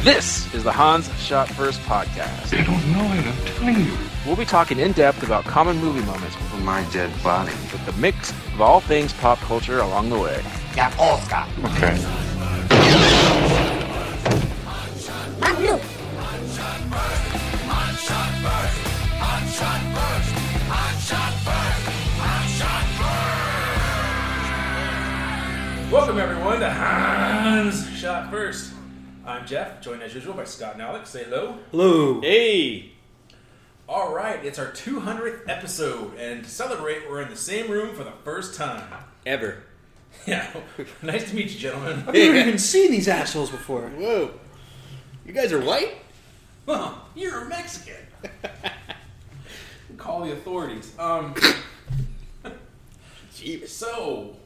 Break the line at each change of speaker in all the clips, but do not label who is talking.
This is the Hans Shot First podcast.
I don't know it, I'm telling you.
We'll be talking in depth about common movie moments
my dead body.
with the mix of all things pop culture along the way.
Yeah, Oscar.
Okay.
Welcome everyone to Hans Shot First. I'm Jeff, joined as usual by Scott and Alex. Say hello.
Hey!
All right, it's our 200th episode, and to celebrate, we're in the same room for the first time.
Ever.
Yeah, nice to meet you, gentlemen.
Yeah.
I've never even seen these assholes before.
Whoa. You guys are white?
Well, you're a Mexican. Call the authorities. Um,
Jeez.
so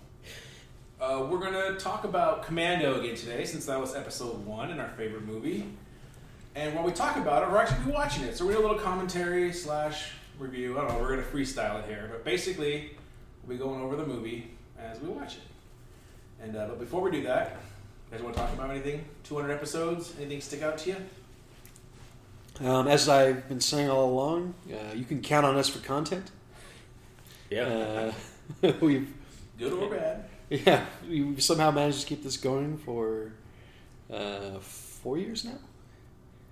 uh, we're gonna talk about Commando again today, since that was episode one in our favorite movie. And while we talk about it, we're actually be watching it, so we're gonna do a little commentary slash review. I don't know. We're gonna freestyle it here, but basically, we'll be going over the movie as we watch it. And uh, but before we do that, you guys want to talk about anything? Two hundred episodes. Anything stick out to you?
Um, as I've been saying all along, uh, you can count on us for content.
Yeah.
Uh, we've
Good or bad?
yeah we've somehow managed to keep this going for uh, four years now,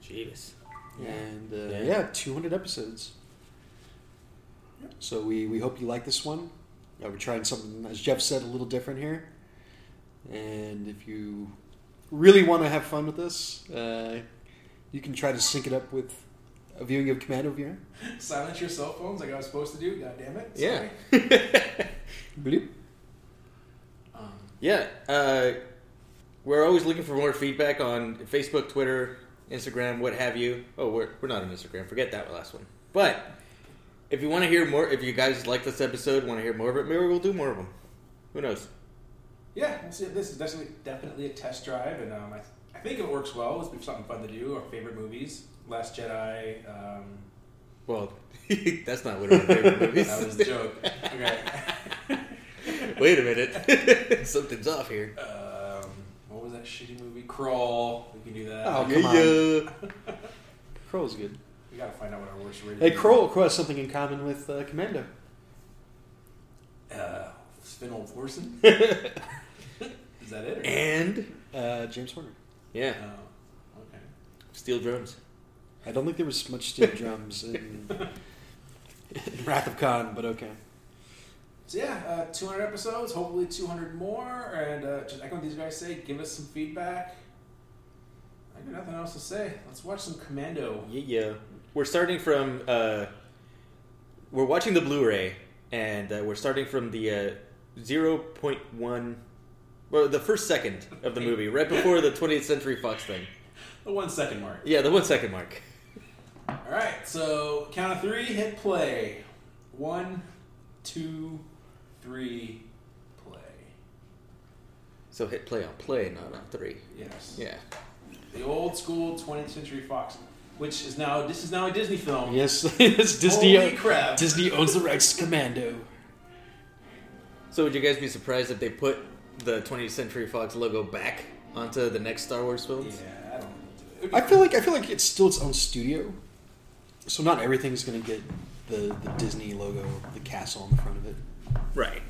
Jeez.
and uh,
Yeah.
yeah. 200 episodes. So we, we hope you like this one. Uh, we're trying something, as Jeff said, a little different here. And if you really want to have fun with this, uh, you can try to sync it up with a viewing of Commando Viewer.
Silence your cell phones like I was supposed to do. God damn it!
Yeah.
Sorry.
Bloop.
Um,
yeah. Uh, we're always looking for more feedback on Facebook, Twitter, Instagram, what have you. Oh, we're, we're not on Instagram. Forget that last one. But if you want to hear more, if you guys like this episode, want to hear more of it, maybe we'll do more of them. Who knows?
Yeah, we'll see. This is definitely definitely a test drive, and um, I, I think it works well. It's been something fun to do. Our favorite movies: Last Jedi. Um,
Well, that's not one of my favorite movies.
that was the joke. Okay.
Wait a minute. Something's off here.
um, what was that shitty movie? Crawl. We can do that.
Oh, come on.
Yeah.
Crow's good.
We gotta find out what our worst rating.
Hey,
is.
Crow, Crow has something in common with uh, Commando.
Uh, Sven Old Forsen. is that it? Or-
Eh.
And
Uh, James Horner.
yeah,
Oh, okay.
steel drums.
I don't think there was much steel drums in, in Wrath of Khan, but okay.
So yeah, uh, 200 episodes, hopefully 200 more, and uh, just echo what these guys say, give us some feedback. I got nothing else to say. Let's watch some Commando.
Yeah, yeah. We're starting from. Uh, we're watching the Blu-ray, and uh, we're starting from the uh, zero point one, well, the first second of the movie, right before the 20th Century Fox thing.
The one second mark.
Yeah, the one second mark.
All right, so count of three, hit play. One, two, three, play.
So hit play on play, not on three.
Yes.
Yeah.
The old school 20th Century Fox, which is now this is now a Disney film.
Yes, it's Disney.
Holy crap!
Disney owns the rights to Commando.
So would you guys be surprised if they put the 20th Century Fox logo back onto the next Star Wars
Yeah,
films?
I don't. It would be
I feel like I feel like it's still its own studio, so not everything's going to get the, the Disney logo, the castle on the front of it.
Right.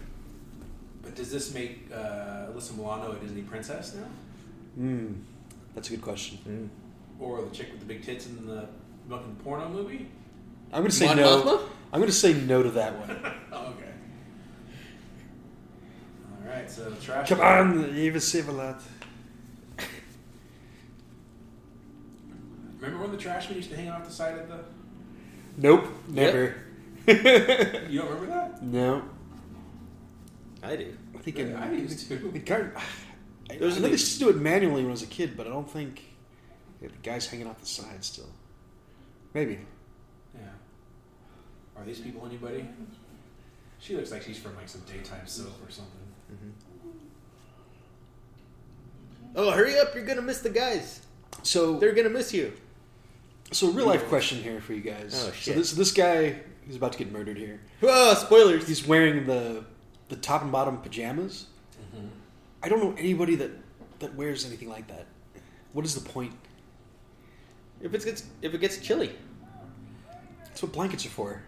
But does this make uh, Alyssa Milano a Disney princess now?
Hmm, that's a good question.
Or the chick with the big tits in the fucking porno movie?
I'm going to say
Mon
no.
Mothma?
I'm going to say no to that one.
Oh, okay. All right, so trash.
Come on, Eva Sivalat.
Remember when the trash man used to hang off the side of the?
Nope, never.
You don't remember that?
No,
I do.
I think
Yeah, I used to.
The guard. I,
Those
I
are the-
know they used to do it manually when I was a kid, but I don't think yeah, the guy's hanging off the side still. Maybe.
Yeah. Are these people anybody? She looks like she's from like some daytime soap or something.
Oh, hurry up! You're gonna miss the guys.
So,
They're gonna miss you.
so real life question here for you guys.
Oh,
So
shit.
this this guy who's about to get murdered here.
Oh, spoilers.
He's wearing the the top and bottom pajamas.
Mm-hmm.
I don't know anybody that that wears anything like that. What is the point?
If it gets if it gets chilly,
That's what blankets are for.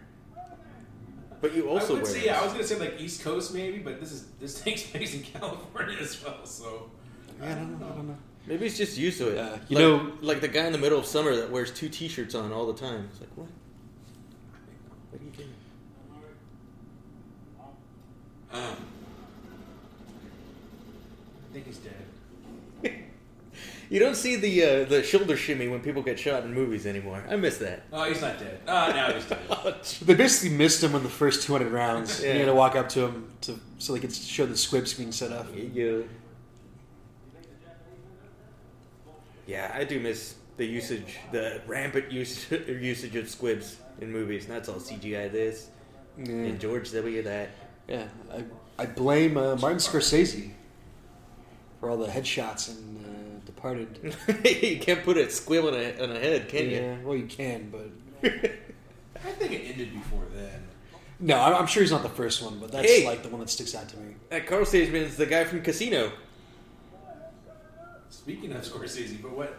but you also
I would
wear.
say,
those.
yeah, I was gonna say like East Coast maybe, but this is this takes place in California as well, so
Yeah, I don't know. I don't know.
Maybe he's just used to it.
Uh, you
like,
know-
like the guy in the middle of summer that wears two T-shirts on all the time. It's like what? What are you doing?
um, I think he's dead.
You don't see the uh, the shoulder shimmy when people get shot in movies anymore. I miss that.
Oh, he's not dead. Ah, now
Oh,
he's dead.
They basically missed him in the first 200 rounds.
Yeah.
You had to walk up to him to so they could show the squibs being set up.
yeah. Yeah, I do miss the usage, the rampant use, usage of squibs in movies. And that's all CGI. This
Yeah,
and George W. That.
yeah. I, I blame uh, Martin Scorsese for all the headshots in uh, Departed.
you can't put a squib on a, on a head, can
Yeah, well, you can, but
you?
I think it ended before then.
no, I- I'm sure he's not the first one, but that's
Hey!
like the one that sticks out to me.
that Carl Sageman is the guy from Casino.
Speaking of Scorsese, but what?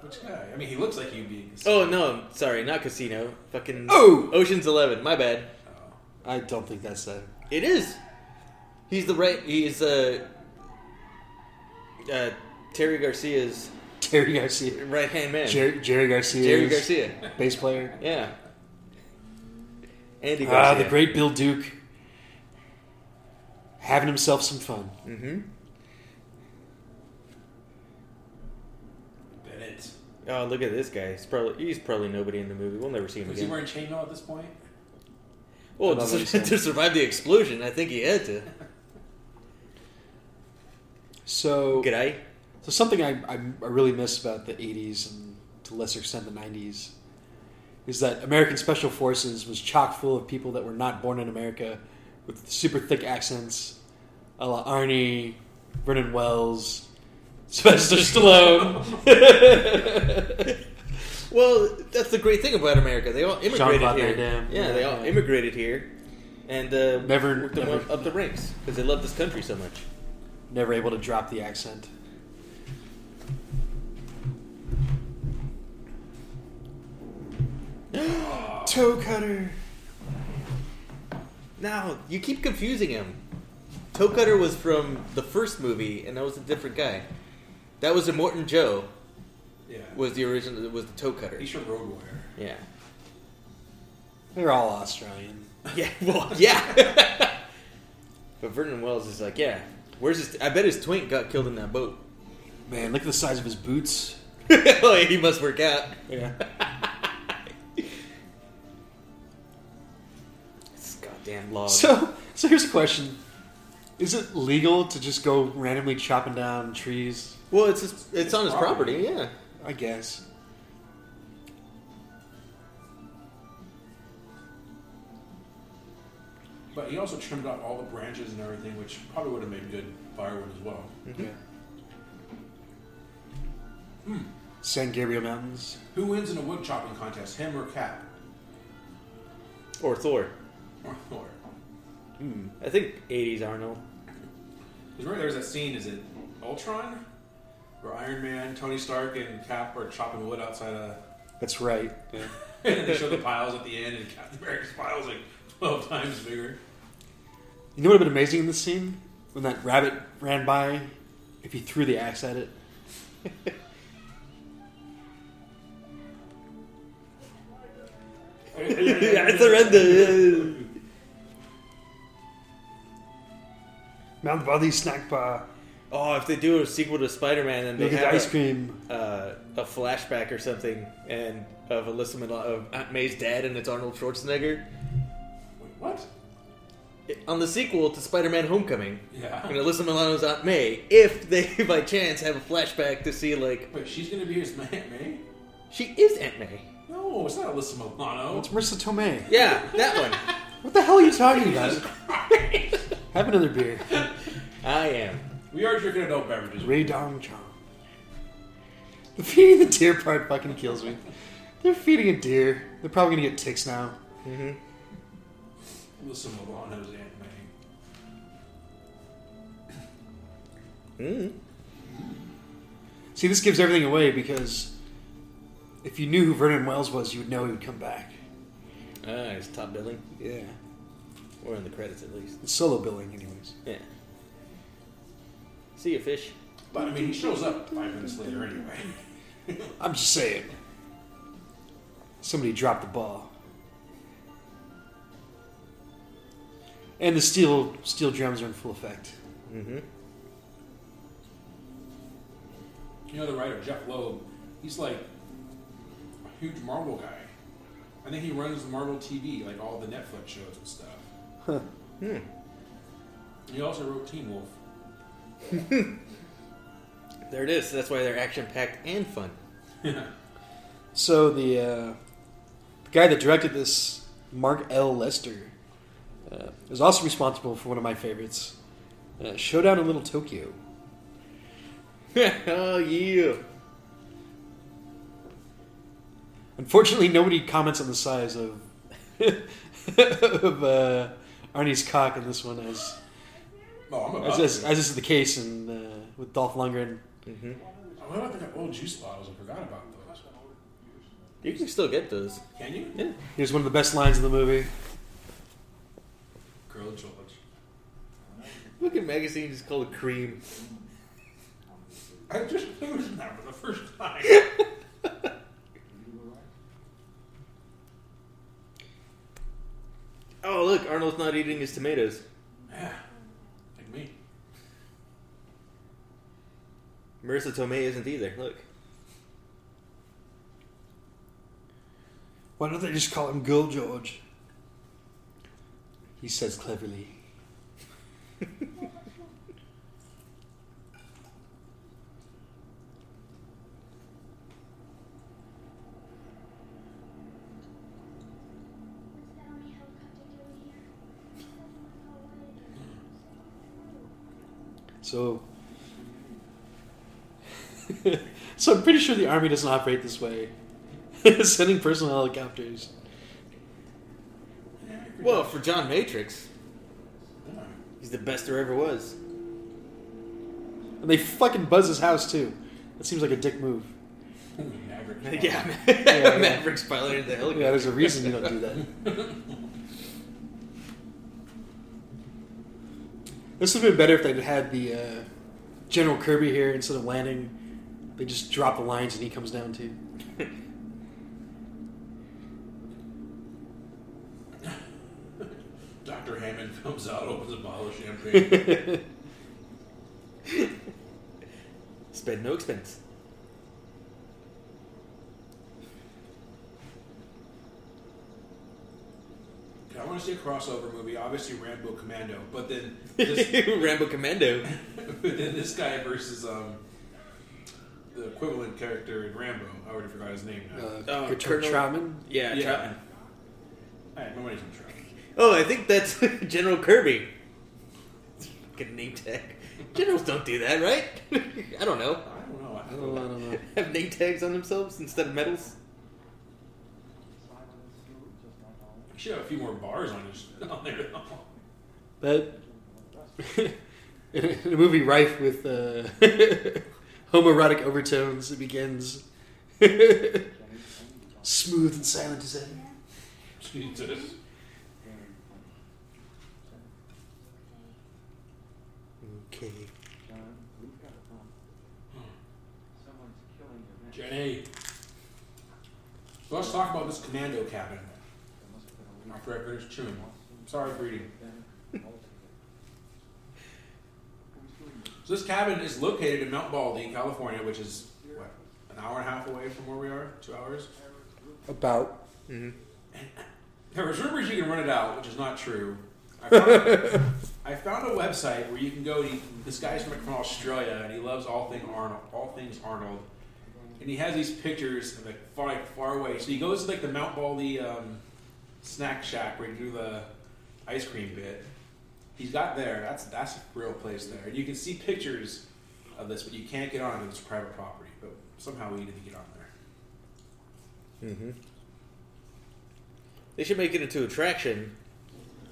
Which guy? I mean, he looks like he'd be.
Oh no, sorry, not Casino. Fucking
Oh!
Ocean's Eleven. My bad.
I don't think that's uh, that.
It is. He's the right. He's uh, uh, Terry Garcia's
Terry Garcia,
right hand man.
Jerry, Jerry Garcia,
Jerry Garcia.
bass player.
Yeah. Andy
Ah,
Garcia.
the great Bill Duke, having himself some fun.
Mm-hmm.
Bennett.
Oh, look at this guy. He's probably he's probably nobody in the movie. We'll never see him
Was he
again.
wearing chainmail at this point?
Well,
I love
to,
what he said.
to survive the explosion, I think he had to.
So
Good eye.
So something I, I, I really miss about the 80s and to a lesser extent the 90s is that American Special Forces was chock full of people that were not born in America with super thick accents, a la Arnie, Vernon Wells, Sylvester Stallone.
Well, that's the great thing about America. They all immigrated
Jean
here.
Valjean.
Yeah, they all
Yeah.
immigrated here, and uh,
Never-
worked them
never-
up, up the ranks because they love this country so much.
Never able to drop the accent. Toe cutter.
No, you keep confusing him. Toe Cutter was from the first movie, and that was a different guy. That was a Morton Joe.
Yeah.
Was the original? Was the Toe Cutter?
He's from Road Warrior.
Yeah.
They're all Australian.
Yeah. Well, yeah. but Vernon Wells is like, yeah. Where's his? I bet his twink got killed in that boat. Oh,
Man, look at the size of his boots.
he must work out.
Yeah.
This goddamn log.
So, so here's a question: Is it legal to just go randomly chopping down trees?
well, it's his, it's on his
Property.
property. Yeah.
I guess.
But he also trimmed off all the branches and everything, which probably would have made good firewood as well.
Yeah. San Gabriel Mountains.
Who wins in a wood chopping contest, him or Cap?
Or Thor.
Or Thor?
I think '80s Arnold.
Because remember, there's that scene. Is it Ultron, where Iron Man, Tony Stark, and Cap are chopping wood outside a.
That's right.
and they show the piles at the end, and Captain America's pile is like twelve times bigger.
You know what would have been amazing in this scene when that rabbit ran by, if he threw the axe at it.
I surrender.
Mount Valley snack bar.
Oh, if they do a sequel to Spider-Man, then they
Look at the
have
ice
a,
cream.
Uh, a flashback or something, and of Alyssa Milano, of Aunt May's dad, and it's Arnold Schwarzenegger
Wait, what?
It- on the sequel to Spider-Man: Homecoming.
Yeah.
And Alyssa Milano's Aunt May, if they by chance have a flashback to see like
Wait, she's gonna be his man, May?
she is Aunt May.
No, it's not Alyssa Milano.
It's Marissa Tomei.
Yeah, that one.
What the hell are you talking about? Have another beer.
I am.
We are drinking adult beverages.
Ray Dong Chong. The feeding the deer part fucking kills me. They're feeding a deer. They're probably gonna get ticks now.
Alyssa Milano's Aunt May.
Mm.
See, this gives everything away because If you knew who Vernon Wells was, you would know he would come back.
Ah, it's top billing,
Yeah.
or in the credits at least.
It's solo billing, anyways.
Yeah. See you, fish.
But I mean, he shows up five minutes later anyway.
I'm just saying. Somebody dropped the ball. And the steel steel drums are in full effect.
Mm-hmm.
You know the writer Jeff Loeb. He's like a huge Marvel guy. I think he runs Marvel TV, like all the Netflix shows and stuff.
Hmm.
He also wrote Teen Wolf.
There it is. That's why they're action packed and fun.
Oh,
So the uh, the guy that directed this, Mark L. Lester, uh, is also responsible for one of my favorites, uh, Showdown in Little Tokyo.
oh yeah.
Unfortunately, nobody comments on the size of of uh, Arnie's cock in this one, as
Oh, I'm about
as, as,
to.
as is the case in uh, with Dolph Lundgren.
Mm-hmm.
I'm about to pick up old juice bottles. I forgot about those.
You can still get those.
Can you?
Yeah.
Here's one of the best lines in the movie.
Girl George.
Look at magazines called Cream.
I just used that for the first time.
Oh look, Arnold's not eating his tomatoes.
yeah. Like me.
Marissa Tomei isn't either. Look.
Why don't they just call him Girl George? He says cleverly. So, so I'm pretty sure the army doesn't operate this way, sending personal helicopters.
Yeah, I
Well, for John Matrix,
forgot.
he's the best there ever was.
And they fucking buzz his house too. That seems like a dick move.
Yeah. Maverick.
yeah,
yeah.
Mavericks piloted the helicopter.
Yeah, there's a reason you don't do that. this would have been better if they'd had the uh, General Kirby here instead of landing. They just drop the lines and he comes down too.
Dr. Hammond comes out, opens a bottle of champagne.
Spend no expense.
I want to see a crossover movie. Obviously, Rambo Commando, but then this,
Rambo Commando.
but then this guy versus um, the equivalent character in Rambo. I already forgot his name. Now.
Uh,
Oh,
Gertrude
Colonel-
Troutman.
Yeah,
Yeah.
Troutman.
All right, my money's on Trout.
Oh, I think that's General Kirby. Good name tag. Generals don't do that, right? I don't know.
I don't know. I
I don't know, I don't know.
Have name tags on themselves instead of medals.
We should have a few more bars on his on there. Though.
But in a in a movie rife with uh, homoerotic overtones, it begins smooth and silent as ever.
Jesus.
Okay.
Jenny. So let's talk about this commando cabin. After I finish chewing. Sorry for eating. So this cabin is located in Mount Baldy, California, which is what an hour and a half away from where we are, two hours.
About.
hmm
There was rumors you can rent it out, which is not true. I found, I found a website where you can go. And he, this guy's from, from Australia, and he loves all thing Arnold, all things Arnold, and he has these pictures of like far, like, far away. So he goes to like the Mount Baldy um, snack shack where you do the ice cream bit. He's got there. That's that's a real place there. And you can see pictures of this, but you can't get on it. It's private property, but somehow we need to get on there.
hmm They should make it into attraction,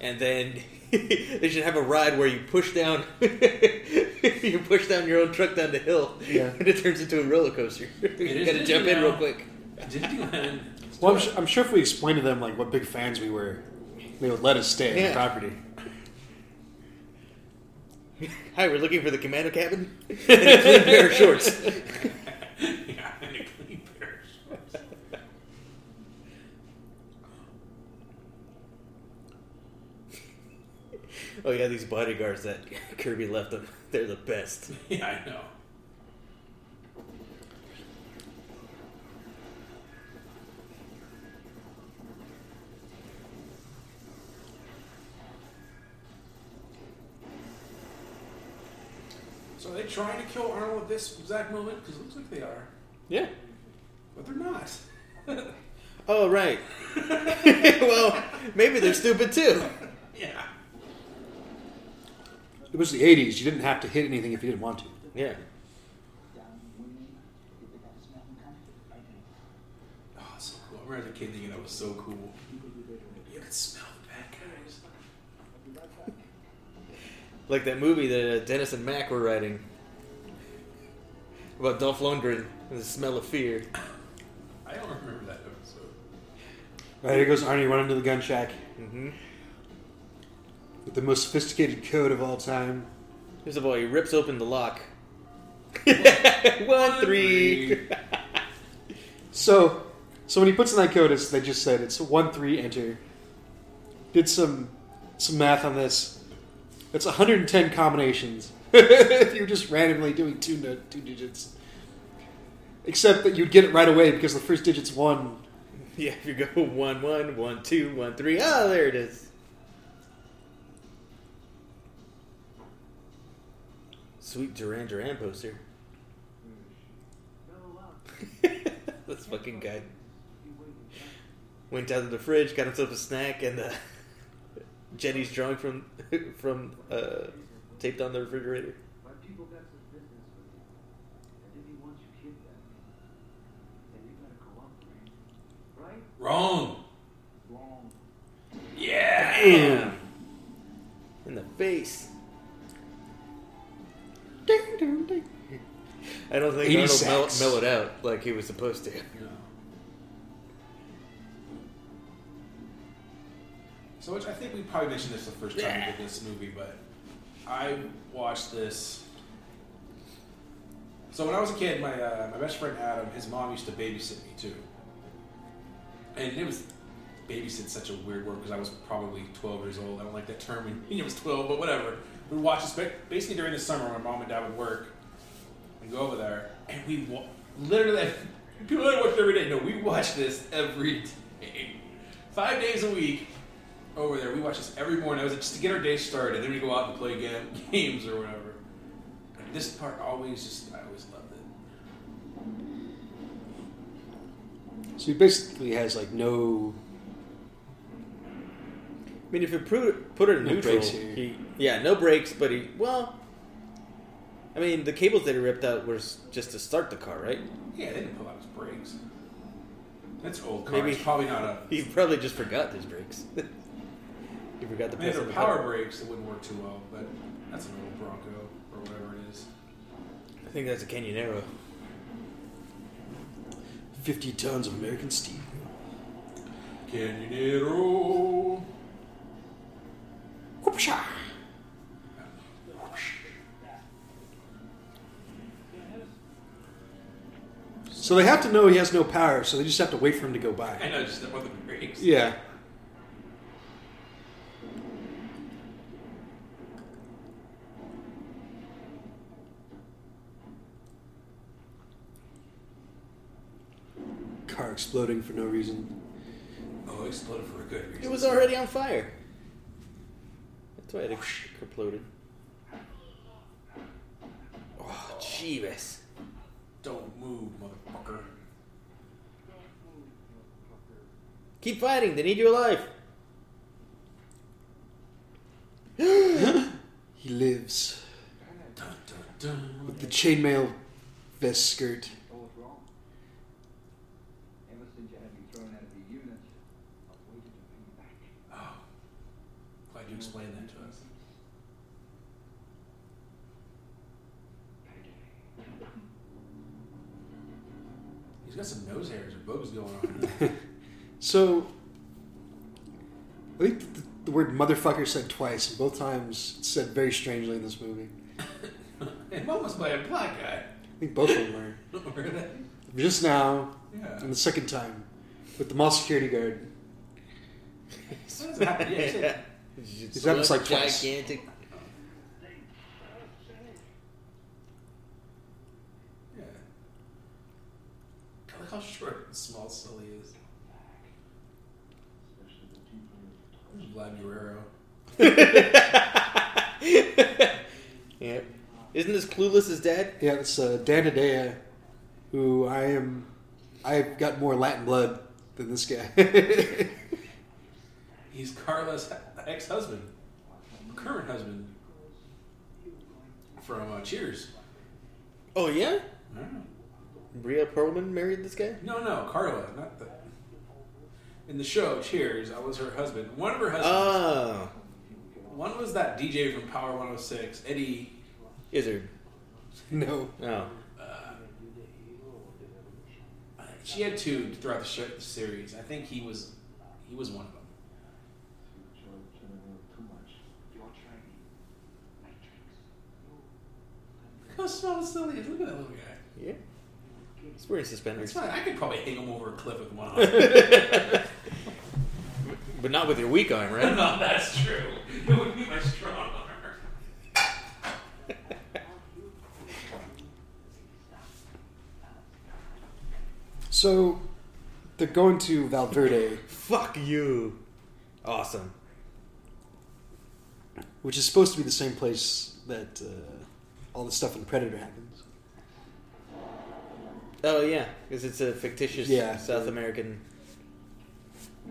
and then they should have a ride where you push down, you push down your own truck down the hill,
Yeah.
and it turns into a roller coaster. you
is
gotta jump
Disney
in real
now.
quick.
Disneyland.
Well, I'm, su I'm sure if we explained to them like what big fans we were, they would let us stay on
Yeah.
the property.
Hi, we're looking for the commando cabin and a clean pair of shorts.
yeah, and a clean pair of shorts.
Oh yeah, these bodyguards that Kirby left them. They're the best.
Yeah, I know. So are they trying to kill Arnold at this exact moment? Because it looks like they are,
Yeah.
but they're not.
Oh right. well, maybe they're stupid too.
Yeah.
It was the 80s. You didn't have to hit anything if you didn't want to.
Yeah.
Oh, it's so cool. I remember as a kid thinking that was so cool. You could smell the bad guys.
Like that movie that uh, Dennis and Mac were writing about Dolph Lundgren and the smell of fear.
I don't remember that episode.
All right, here goes Arnie running to the gun shack
Mm-hmm.
with the most sophisticated code of all time.
First of all, he rips open the lock. One three.
So, so when he puts in that code, it's, they just said it's one three enter. Did some some math on this. That's 110 combinations. if you were just randomly doing two no, two digits, except that you'd get it right away because the first digit's one.
Yeah, if you go one one one two one three. Ah, there it is. Sweet Duran Duran poster. this fucking guy went down to the fridge, got himself a snack, and uh, Jenny's drawing from from uh, taped on the refrigerator.
My people got some business with you. And then he wants you kidnapped. Then you gotta cooperate. Right?
Wrong.
Wrong.
Yeah.
in the face.
Ding, ding, ding.
I don't think
80
Arnold mel-
sacks.
mellowed out like he was supposed to.
So, which I think we probably mentioned this the first time we did this movie, but I watched this. So when I was a kid, my uh, my best friend Adam, his mom used to babysit me too, and it was babysit's such a weird word because I was probably 12 years old. I don't like that term when I was 12, but whatever. We'd watch this ba- basically during the summer when my mom and dad would work and go over there, and we wa- literally people don't watch it every day. No, we watch this every day, five days a week. Over there, we watch this every morning. It was just to get our day started. Then we go out and play game, games or whatever. And this part always just I always loved it.
So he basically has like no.
I mean, if you put put it in
No
neutral,
brakes here.
he, yeah, no brakes, but he well. I mean, the cables that he ripped out was just to start the car, right?
Yeah, they didn't pull out his brakes. That's old car.
Maybe-
It's probably not a.
He probably just forgot his brakes. he forgot the
I mean, if
press
they're
on the
power
button.
brakes, it wouldn't work too well. But that's an old Bronco or whatever it is.
I think that's a Canyonero.
50 tons of American steel.
Canyonero.
Whoopsha! So they have to know he has no power, so they just have to wait for him to go
I
by.
know, just about the brakes.
Yeah. Car exploding for no reason.
Oh, it exploded for a good reason.
It was already on fire. That's why it ex- exploded. Oh, jeebus.
Don't move, motherfucker.
Keep fighting. They need you alive.
He lives
Dun, dun, dun.
with the chainmail vest skirt.
All was wrong. Ever since you had me thrown out of the unit, I've waited to bring you back.
Oh. Glad you explained that to us. He's She's got some nose hairs or bugs going on.
So, I think the, the word motherfucker said twice, and both times it's said very strangely in this movie.
and one was by a black guy.
I think both of them are.
Really?
Just now,
Yeah.
and the second time, with the mall security guard.
What does happen? Yeah, shit.
He's
He's having like twice.
gigantic.
Yeah. I like how short and small Sully is.
especially the people in the
There's Vlad Guerrero.
yeah. Isn't this clueless as dad?
Yeah, it's uh, Dan Hedaya, who I am. I've got more Latin blood than this guy.
He's Carla's ex husband, current husband from uh, Cheers.
Oh yeah.
I don't know.
Bria Perlman married this guy.
No, no, Carla, not the. In the show Cheers, I was her husband. One of her husbands.
Oh,
one was that DJ from Power 106, Eddie.
Izzard.
no,
No.
Uh, She had two throughout the, show, the series. I think he was, he was one of them.
church and I know too much. You're trying matrix.
Look how small and silly he is. Look at that little guy.
Yeah. He's wearing
That's
suspenders,
fine. I could probably hang him over a cliff with one arm.
but not with your weak arm, right?
no, that's true. It would be my strong arm.
so they're going to Valverde,
Fuck you. Awesome.
which is supposed to be the same place that uh, all the stuff in Predator happens.
Oh yeah, because it's a fictitious
Yeah.
South American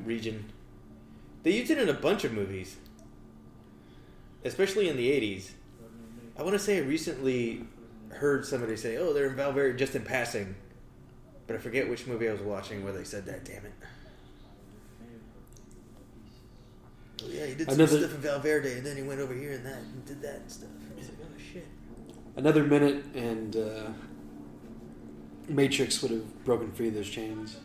region. They used it in a bunch of movies, especially in the '80s. I want to say I recently heard somebody say, "Oh, they're in Valverde," just in passing, but I forget which movie I was watching where they said that. Damn it! Oh yeah, he did some
Another-
stuff in Valverde, and then he went over here and that, and did that and stuff. I was like, "Oh shit!"
Another minute, and uh, Matrix would have broken free of those chains.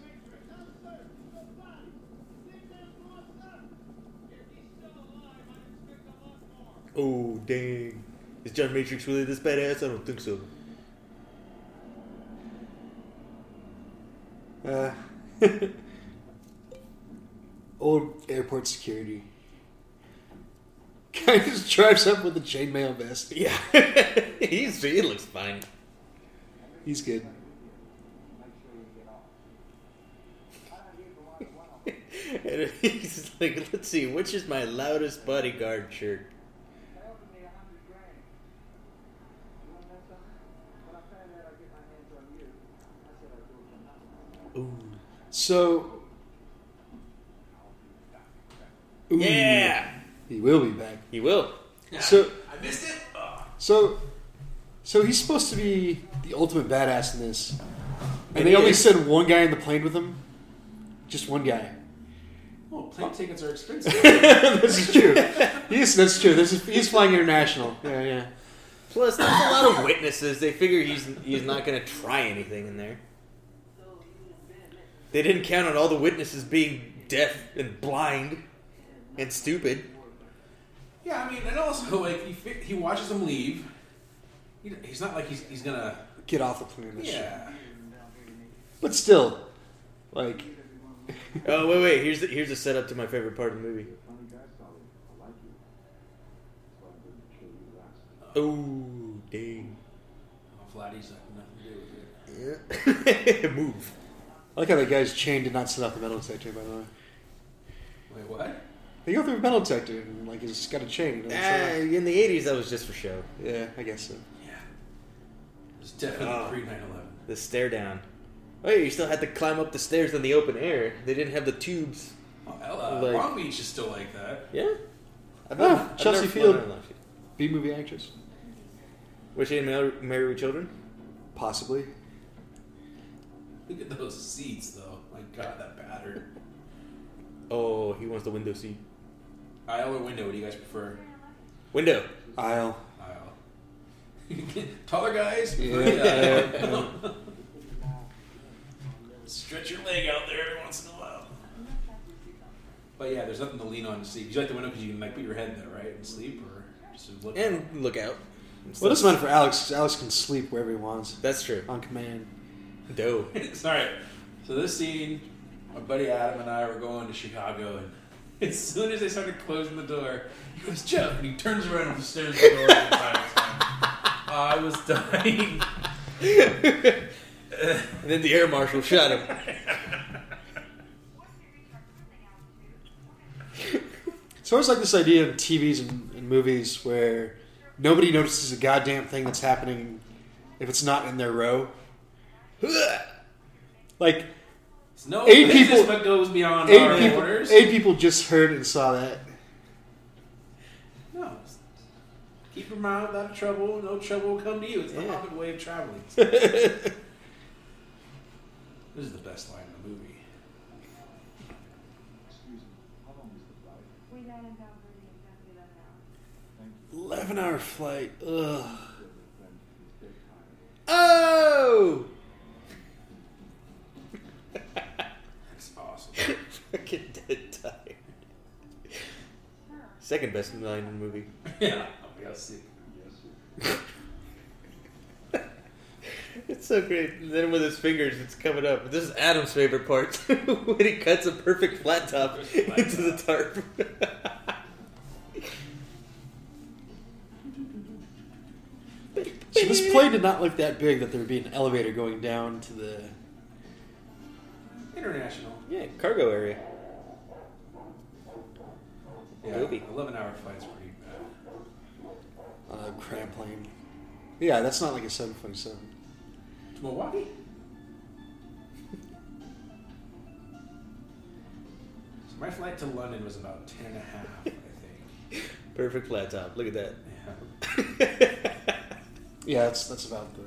Oh dang! Is John Matrix really this badass? I don't think so.
Uh, old airport security. Guy just drives up with a chainmail vest.
Yeah, he's he looks fine.
He's good.
And he's like, let's see, which is my loudest bodyguard shirt? Ooh.
So. Ooh,
Yeah,
He will be back.
he will.
So,
I missed it. Oh.
so, so he's supposed to be the ultimate badass in this, and,
And
they
he
only
is.
send one guy in the plane with him. Just one guy.
Well, plane tickets are expensive.
this is true. He's that's true. This is, he's flying international. Yeah, yeah.
Plus, there's a lot of witnesses. They figure he's he's not going to try anything in there. They didn't count on all the witnesses being deaf and blind and stupid.
yeah, I mean, and also like he fi- he watches him leave. He, he's not like he's he's gonna.
Get off the plane. That's true.
Yeah.
But still, like,
Oh wait, wait. Here's the, here's the setup to my favorite part of the movie.
Funny guy, Solly. I like you. That's why I didn't kill you last time.
Oh dang.
Oh, Vladdy's like nothing to do with it.
Yeah. Move.
I like how that guy's chain did not set off the metal detector. By the way,
Wait, what?
they go through a metal detector and like he's got a chain. and it's,
Ah,
uh,
in the '80s, that was just for show.
yeah, I guess so.
Yeah. Uh. It's definitely
Oh.
pre 9 11.
The stare down. Oh, you still had to climb up the stairs in the open air. They didn't have the tubes.
Uh,
Like-
Long Beach is still like that.
Yeah. I've
Ah,
never- I've
Chelsea
never flown
Field.
on a Long Beach.
B movie actress,
Was she in Mar- Married with Children?
possibly.
Look at those seats, though. My God, that battered.
Oh, he wants the window seat.
Aisle or window? What do you guys prefer?
Window.
Aisle.
Aisle. Taller guys? prefer
Yeah.
the aisle. Stretch your leg out there every once in a while. But yeah, there's nothing to lean on to sleep. You like the window because you can like put your head in there, right, and sleep, or just look.
And look out.
Well, it doesn't matter for Alex. 'cause Alex can sleep wherever he wants
That's true.
on command.
Doe.
Sorry. So this scene, my buddy Adam and I were going to Chicago, and as soon as they started closing the door, he goes, Jeff, and he turns around and stares at the door. the entire time. I was dying.
And then the air marshal shot him.
It's always like this idea of TVs and, and movies where nobody notices a goddamn thing that's happening if it's not in their row. Like
It's no
Eight
this is
people-
what goes beyond our
eight people,
orders.
eight people just heard and saw that.
No. Keep your mind out of trouble. No trouble will come to you. It's the
Yeah.
Hobbit way of traveling. This is the best line in the movie.
Excuse me, how long is the flight?
We got in Valverde exactly eleven hours.
Thank you.
Eleven hour flight. Ugh.
Good old friend. He's dead tired.
Oh!
That's awesome.
Fucking dead tired. Second best line in the movie.
yeah. I'll be out sick.
Yes, sir.
It's so great. And then with his fingers, it's coming up. This is Adam's favorite part when he cuts a perfect flat top
Flat
into the
top.
tarp.
So this plane did not look that big that there would be an elevator going down to the.
International.
Yeah, cargo area.
Yeah,
Movie.
11 hour flight's pretty bad.
Uh, crab plane. Yeah, that's not like a seven forty seven.
To Milwaukee? So my flight to London was about 10 and a half, I think.
Perfect flat top. Look at
Yeah.
that.
Yeah, that's that's about the.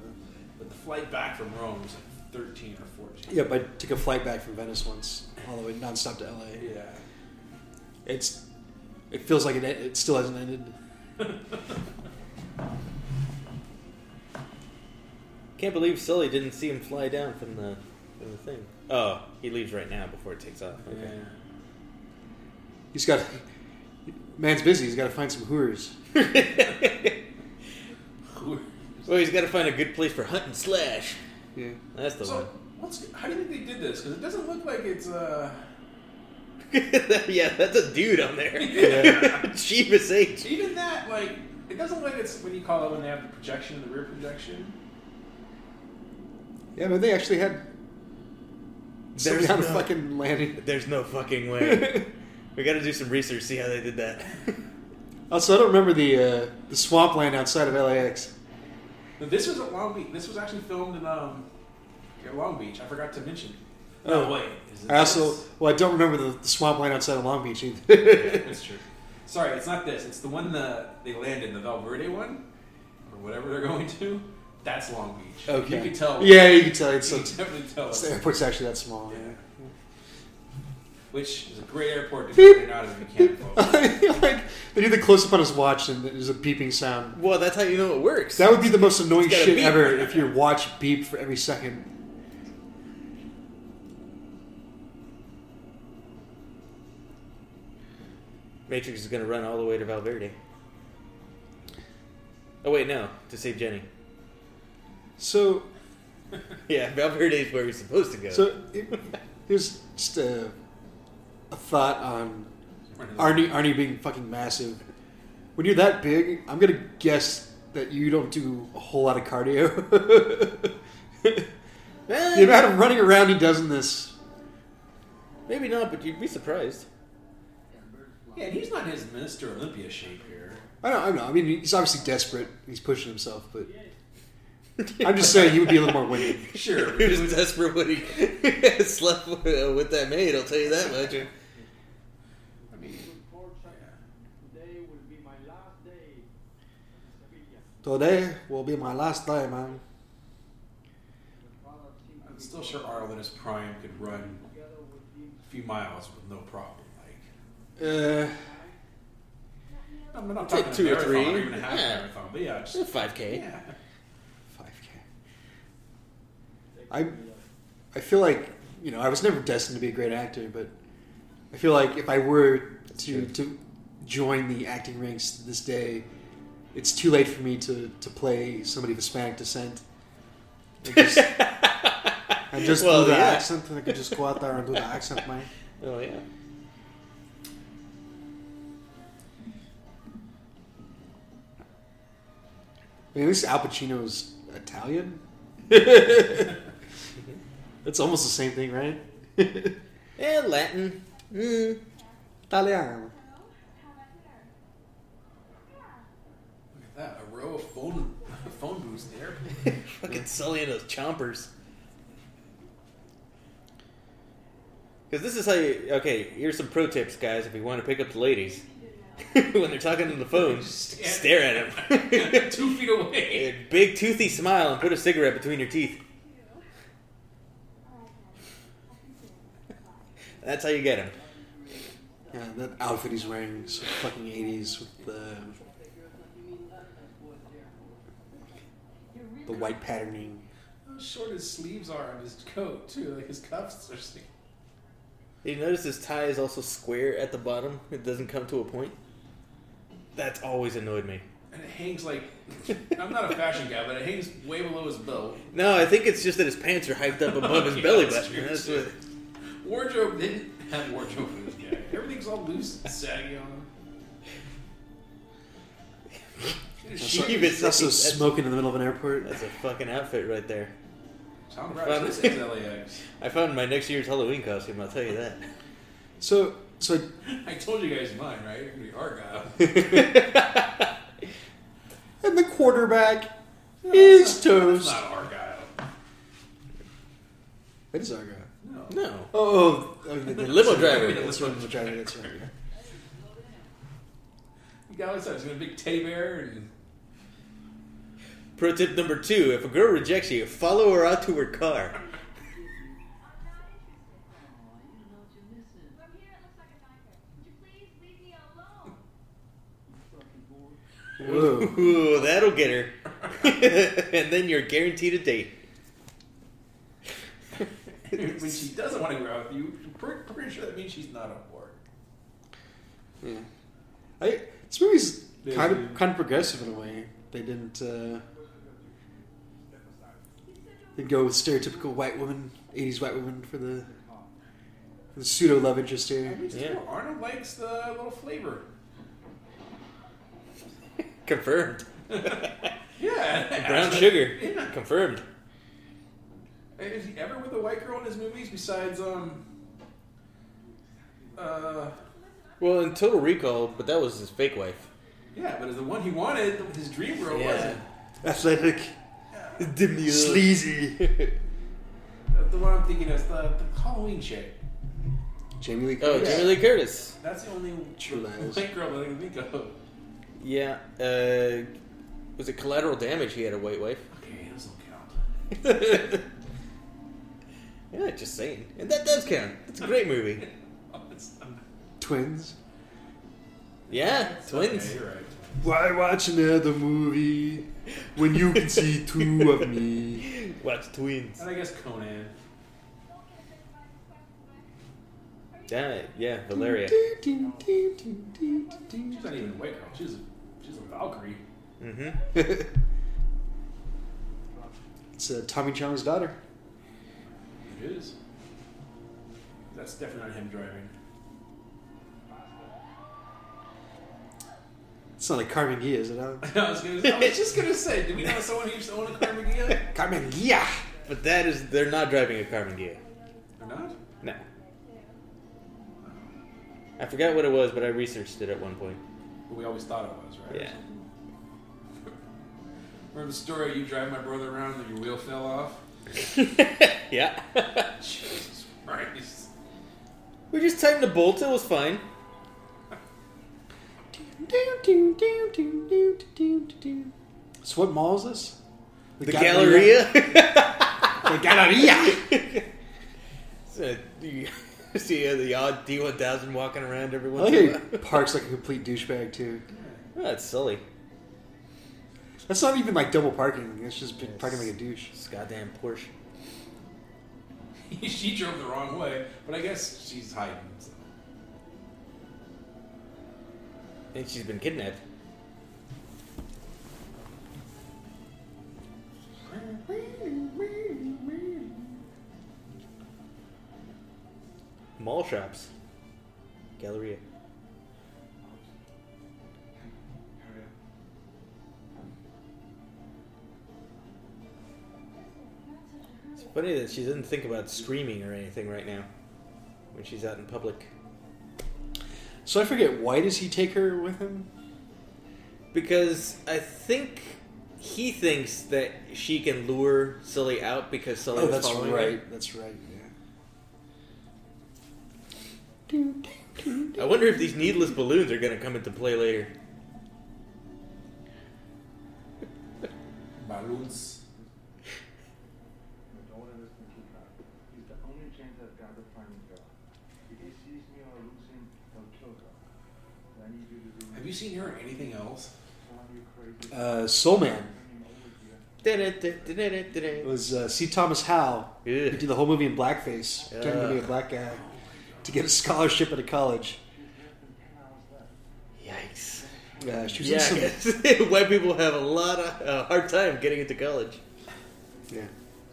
But the flight back from Rome was like 13 or 14.
Yep, I took a flight back from Venice once, all the way nonstop to LA.
Yeah.
It's. It feels like it. It still hasn't ended.
Can't believe Sully didn't see him fly down from the from the thing. Oh, he leaves right now before it takes off. Okay.
Yeah.
He's got. Man's busy. He's got to find some hooers.
well, he's got to find a good place for hunt and slash.
Yeah.
That's the
So, what's, how do you think they did this? Because it doesn't look like it's, uh,
one. yeah, that's a dude on there.
Yeah.
Jeebus H.
even that, like, it doesn't look like it's, what do you call it when they have the projection, the rear projection?
Yeah, but they actually had. There's
There's
not a
no-
fucking landing.
There's no fucking way. we got to do some research, see how they did that.
Also, I don't remember the uh, the swampland outside of LAX.
No, this was at Long Beach. This was actually filmed in, um, at Long Beach. I forgot to mention.
Oh.
wait. Is it
I also
this?
well, I don't remember the, the swampland outside of Long Beach either.
That's true. Sorry, it's not this. It's the one that they landed, the Valverde one, or whatever they're going to. That's Long Beach.
okay.
You can tell.
Yeah, you can tell it's,
You can
it's,
definitely tell.
the
Us.
airport's actually that small.
Yeah. Which is a great airport to be in and out of if you can't folks.
like they do the close up on his watch and there's a beeping sound.
well, that's how you know it works.
That would be the most annoying
It's got a
shit
beep.
ever if your watch beeped for every second.
Matrix is going to run all the way to Valverde. Oh wait, no, to save Jenny.
So
Yeah, Valverde is where he's supposed to go.
so it, there's just a, a thought on Arnie Arnie being fucking massive. When you're that big, I'm gonna guess that you don't do a whole lot of cardio.
Eh,
the amount of running around he does in this.
maybe not, but you'd be surprised.
Yeah, and he's not his Mr. Olympia shape here.
I don't, I don't know. I mean, he's obviously desperate. He's pushing himself, but I'm just saying he would be a little more winded.
Sure.
he was desperate when he slept with, uh, with that maid. I'll tell you that much.
I mean, yeah.
Today will be my last day.
Today will be my last day, man.
I'm still sure Arlen is prime could run a few miles with no problem. Like,
Uh,
I'm not
Take
talking
two
a
or
marathon,
three.
or even a half
Yeah.
marathon, but yeah, just
Five k.
yeah.
5K. I, I feel like you know, I was never destined to be a great actor, but I feel like if I were to to join the acting ranks this day, it's too late for me to to play somebody of Hispanic descent. I just, I just
Well,
do the
yeah.
accent, and I could just go out there and do the accent, man.
Oh yeah.
I mean, at least Al Pacino's Italian. It's almost the same thing, right?
yeah, Latin. Mm.
Italiano.
Look at that, a row of phone phone booths in the airport.
Fucking Sully and those chompers. Because this is how you. Okay, here's some pro tips, guys, if you want to pick up the ladies. when they're talking on the phone,
Just
stare at them.
Two feet away.
A big toothy smile and put a cigarette between your teeth. That's how you get him.
Yeah, that outfit he's wearing is fucking 80s with the the white patterning.
How short his sleeves are on his coat too. Like his cuffs are sticking.
Did you notice his tie is also square at the bottom? It doesn't come to a point. That's always annoyed me.
And it hangs like I'm not a fashion guy, but it hangs way below his belt.
No, I think it's just that his pants are hiked up above his
Yeah,
belly
that's
button.
true,
That's
too.
what.
Wardrobe didn't have wardrobe for this guy. Everything's all loose and saggy on him.
She even
He's also
that's-
smoking in the middle of an airport.
That's a fucking outfit right there.
Tom Brown is LAX.
I found my next year's Halloween costume. I'll tell you that.
So, so
I told you guys mine, right? You're gonna be Argyle.
and the quarterback
That's not-
is
that's
toast.
Not Argyle.
That is our guy.
No.
no,
Oh, oh, oh, the, the
limo driver.
That's one limo driver. That's right.
The guy was a big teddy bear and
Pro tip number two: If a girl rejects you, follow her out to her car.
From here, it looks like a nightmare. Would you please leave
Whoa.
me alone?
Ooh, that'll get her, and then you're guaranteed a date.
when she doesn't want to go out with you, I'm pretty, pretty sure that means she's not on board.
Yeah. I, this movie's
They-
kind of kind of progressive in a way. They didn't uh, they go with stereotypical white woman, '80s white woman for the, for the pseudo love interest
I
here.
mean, it's
Yeah.
cool. Arnold likes the little flavor.
Confirmed.
Yeah.
Brown sugar.
Yeah.
Confirmed.
Is he ever with a white girl in his movies besides um uh
Well, in Total Recall, but that was his fake wife.
yeah, but the one he wanted, his dream girl
Yeah.
wasn't.
Athletic, sleazy.
Uh, The one I'm thinking of is the, the Halloween chick.
Jamie Lee.
Oh,
Curtis.
Jamie Lee Curtis.
That's the only
True lies.
white girl that I can think of.
Yeah. Uh, was it Collateral Damage? He had a white wife.
Okay, those don't count.
yeah, just saying. And that does count. It's a great movie.
Oh, it's not-
twins.
Yeah, twins.
Okay, you're right.
Why watch another movie when you can see two of me?
Watch twins.
And I guess Conan.
Yeah, yeah, Valeria.
She's not even a white girl. She's a, she's a Valkyrie.
Mm-hmm.
it's uh, Tommy Chong's daughter.
It is. That's definitely not him driving.
It's not like Carmen Gia, is it? Alan?
I was, gonna, I was just gonna say, do we know someone who used to own a car Gia? They're
Carmen Gia.
But that is, they're not driving a Carmen Ghia.
not.
No. I forgot what it was, but I researched it at one point.
But we always thought it was, right?
Yeah.
Remember the story of you drive my brother around and your wheel fell off?
Yeah.
Jesus Christ.
we just tightened the bolt. It was fine.
So what mall is this?
The Galleria.
The Galleria.
So, you see uh, the odd D1000 walking around every
I
once
like
in a
how
while.
he parks like a complete douchebag too.
Oh, that's silly.
That's not even like double parking. It's just been parking like a douche.
This goddamn Porsche.
she drove the wrong way, but I guess she's hiding. so.
And she's been kidnapped. Mall shops. Galleria.
Hurry up.
It's funny that she doesn't think about screaming or anything right now when she's out in public.
So I forget why does he take her with him?
Because I think he thinks that she can lure Sully out because Sully was following her.
Oh, That's right. Yeah.
I wonder if these needless balloons are going to come into play later.
Balloons.
I don't want to listen to that. He's the only chance I've got to find a girl. If he sees me or looks him, he'll kill her. I need you to do
Have you seen her in anything else?
Tell him you're crazy.
Uh, Soul Man
Turn him over here.
it
Da-da-da-da-da-da-da.
was uh, C. Thomas Howe. He
Ugh.
did the whole movie in blackface, pretending to be a
Ugh.
black guy to get a scholarship at a college.
There's less than 10 hours left.
Yikes.
Yeah, Uh, she was
Yeah,
in
I
some,
guess. white people have a lot of a hard time getting into college,
yeah.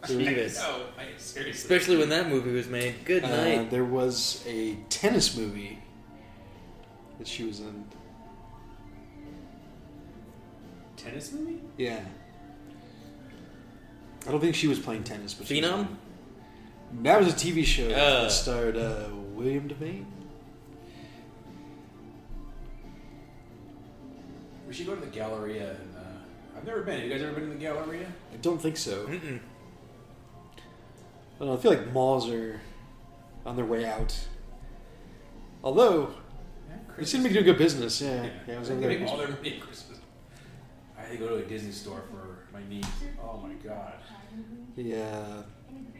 Believe it.
No, I, seriously.
especially when that movie was made. Good
Uh,
night.
there was a tennis movie that she was in.
tennis movie.
Yeah. I don't think she was playing tennis, but she was
Phenom?
in it. That was a TV show
Uh.
that starred uh, William Devane.
We should go to the Galleria. And, uh, I've never been. Have you guys ever been to the Galleria?
I don't think so.
Mm-mm.
I don't know. I feel like malls are on their way out. Although
Yeah,
they seem to be doing good business. Yeah, yeah. I
I
was
think
over
they
there.
make all their money at Christmas. I had to go to a Disney store for my niece. Oh my god.
the uh,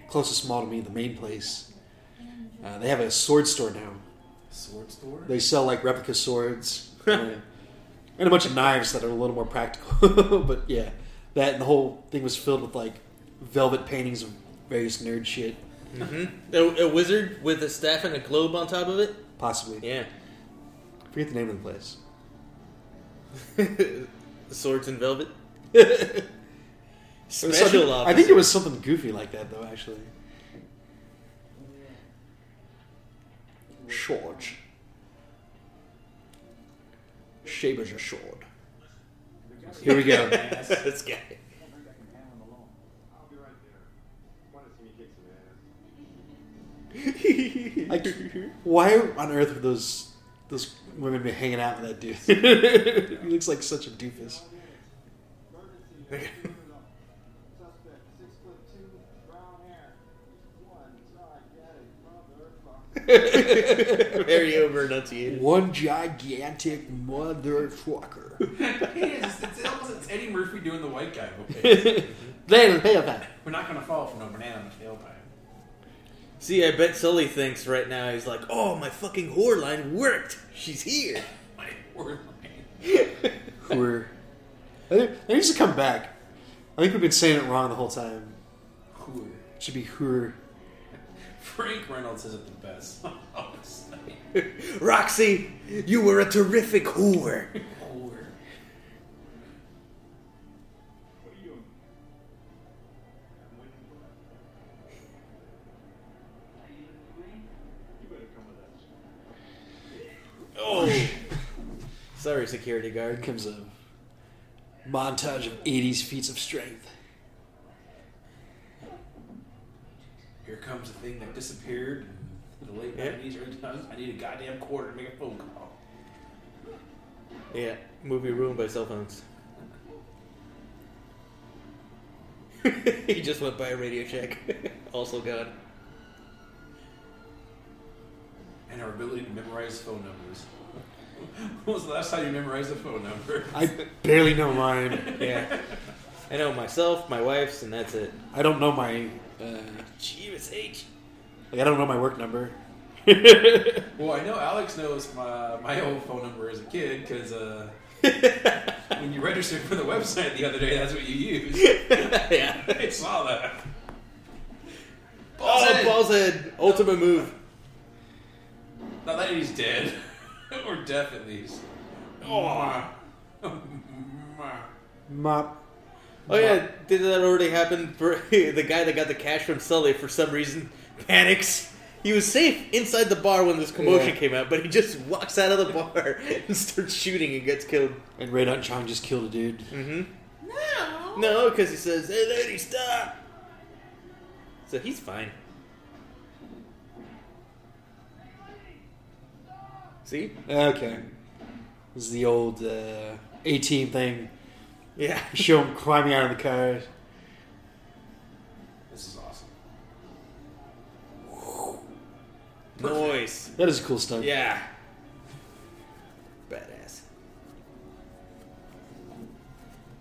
closest mall to me, the main place. Uh, they have a sword store now.
Sword store?
They sell like replica swords uh, and a bunch of knives that are a little more practical. but yeah, that and the whole thing was filled with like velvet paintings of various nerd shit,
hmm A, a wizard with a staff and a globe on top of it.
possibly.
Yeah,
I forget the name of the place.
swords and velvet.
It was something-
Special
I think it
officer.
was something goofy like that though. Actually, George. Shaver's a sword. Here we go.
this guy.
I'll be right there. Want to see me kick some ass?
Like, why on earth would those those women be hanging out with that dude? he looks like such a doofus.
Emergency. Suspect, six foot two, brown hair. One, sorry, get it, motherfucker.
Very over enunciated.
One gigantic motherfucker.
it is. It's almost it's Eddie Murphy doing the white guy voice.
Then pay that.
We're not gonna fall for no banana in the tailpipe.
See, I bet Sully thinks right now he's like, "Oh, my fucking whore line worked. She's here."
My word, man.
Who are? I think I need to come back. I think we've been saying it wrong the whole time.
Who?
It should be whoer.
Frank Reynolds says it the best. I'll just say.
Roxy, you were a terrific
Whore.
whore.
What are you doing? I'm waiting for that. You better come with us.
Oh, sorry, security
Here
guard.
comes a montage of 80s feats of strength.
Here comes the thing that disappeared in the late
Yeah.
90s, early 2000s. I need a goddamn quarter to make a phone call.
Yeah, movie ruined by cell phones. he just went by a Radio Shack. also gone.
And our ability to memorize phone numbers. when was the last time you memorized a phone number?
I barely know mine.
Yeah, I know myself, my wife's, and that's it.
I don't know my. Uh,
Jeebus H.
Like I don't know my work number.
Well, I know Alex knows my, my old phone number as a kid because uh, when you registered for the website the other day, that's what you used.
yeah.
I saw that.
Oh,
dead.
Paul's head. Ultimate move.
Now that he's dead, or deaf at least. Oh.
Mop.
Oh yeah, did that already happen? For the guy that got the cash from Sully for some reason panics. He was safe inside the bar when this commotion
Yeah.
came out, but he just walks out of the bar and starts shooting and gets killed.
And Red Hot John just killed a dude.
No, because he says, "Hey, lady, stop." So he's fine. See?
Uh, Okay. This is the old uh, 18 thing.
Yeah.
Show him climbing out of the car.
This is awesome.
Noise.
That is cool stuff.
Yeah. Badass.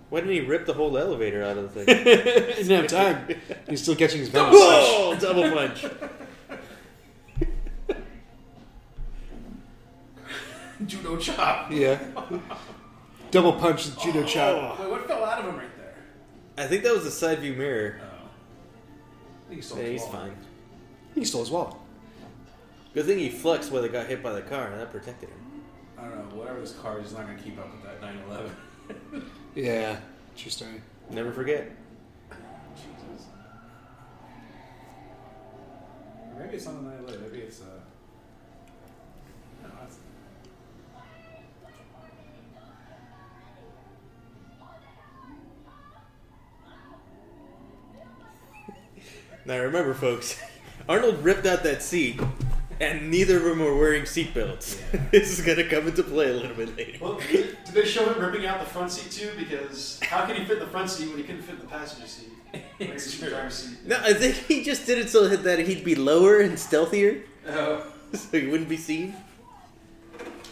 Why didn't he rip the whole elevator out of the thing?
Didn't have time. He's still catching his balance.
Whoa! Oh, Double punch.
Judo chop.
Yeah. Double punch with judo chop.
Oh, Wait, what fell out of him right there?
I think that was the side view mirror.
Oh. I think he stole
Yeah,
his
he's
wallet.
fine.
He stole his wallet.
Good thing he flexed when he got hit by the car. That protected him.
I don't know. Whatever this car is, it's not going to keep up with that 911.
Yeah. True story.
Never forget.
Jesus. Or maybe it's not a 911. Maybe it's a. No, that's-
Now remember, folks, Arnold ripped out that seat, and neither of them were wearing seatbelts.
Yeah.
this is gonna come into play a little bit later.
Well, did did they show him ripping out the front seat too? Because how can he fit in the front seat when he couldn't fit in the passenger seat? Like,
It's
the
true.
driver's seat.
No, I think he just did it so that he'd be lower and stealthier,
Oh,
so he wouldn't be seen.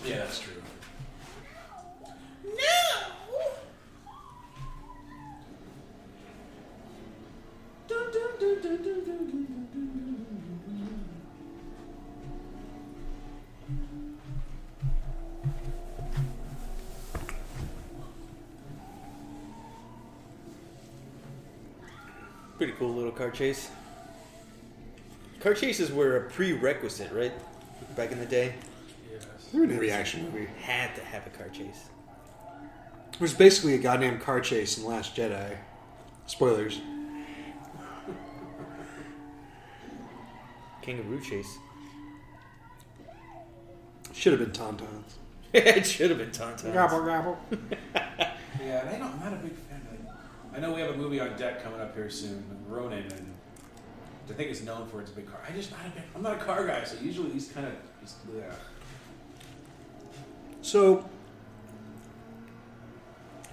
Yeah, that's true.
Pretty cool little car chase. Car chases were a prerequisite, right? Back in the day,
Yes.
They're in a reaction movie.
had to have a car chase.
It was basically a goddamn car chase in The Last Jedi. Spoilers.
Kangaroo chase.
Should have been Tauntauns.
it should have been Tauntaun.
gobble.
Yeah, and I don't, I'm not a big fan of it. I know we have a movie on deck coming up here soon, Ronin, and I think it's known for its big car. I just, not a big, I'm not a car guy, so usually these kind of, just, yeah.
So,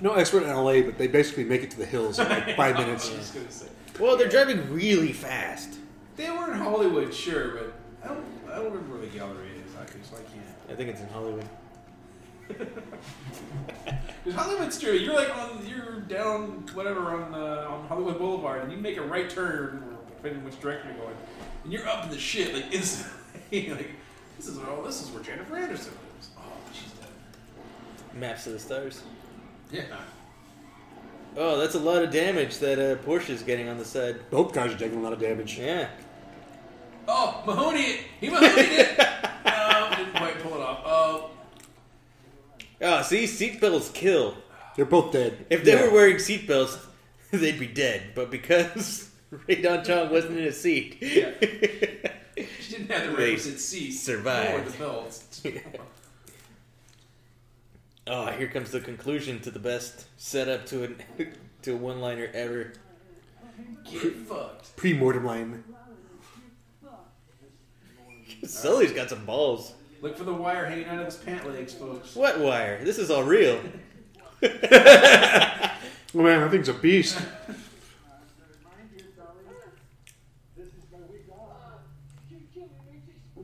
no expert in LA, but they basically make it to the hills in like five minutes.
I was gonna say.
Well, they're driving really fast.
They were in Hollywood, sure, but I don't, I don't remember where the gallery is. I just like yeah,
I think it's in Hollywood.
because Hollywood Street, you're like on, you're down whatever on uh, on Hollywood Boulevard, and you make a right turn, depending which direction you're going, and you're up in the shit like instantly. like this is all this is where Jennifer Anderson lives. Oh, she's dead.
Maps of the Stars.
Yeah.
Oh, that's a lot of damage that uh, Porsche's getting on the side.
Both cars are taking a lot of damage.
Yeah.
Oh, Mahoney, he Mahoney it. no, didn't quite pull it off. Oh,
Oh, see, seatbelts kill.
They're both dead.
If they
Yeah.
were wearing seatbelts, they'd be dead. But because Ray Don Chong wasn't in a seat,
she didn't have the
They
requisite seat.
survived.
Or the belts.
oh, here comes the conclusion to the best setup to an to a one-liner ever.
Get fucked.
pre-mortem line.
Sully's got some balls.
Look for the wire hanging out of his pant legs, folks.
What wire? This is all real.
Oh man, that thing's a beast.
Mind you, darling, this is my week off.
You're killing me. Just- You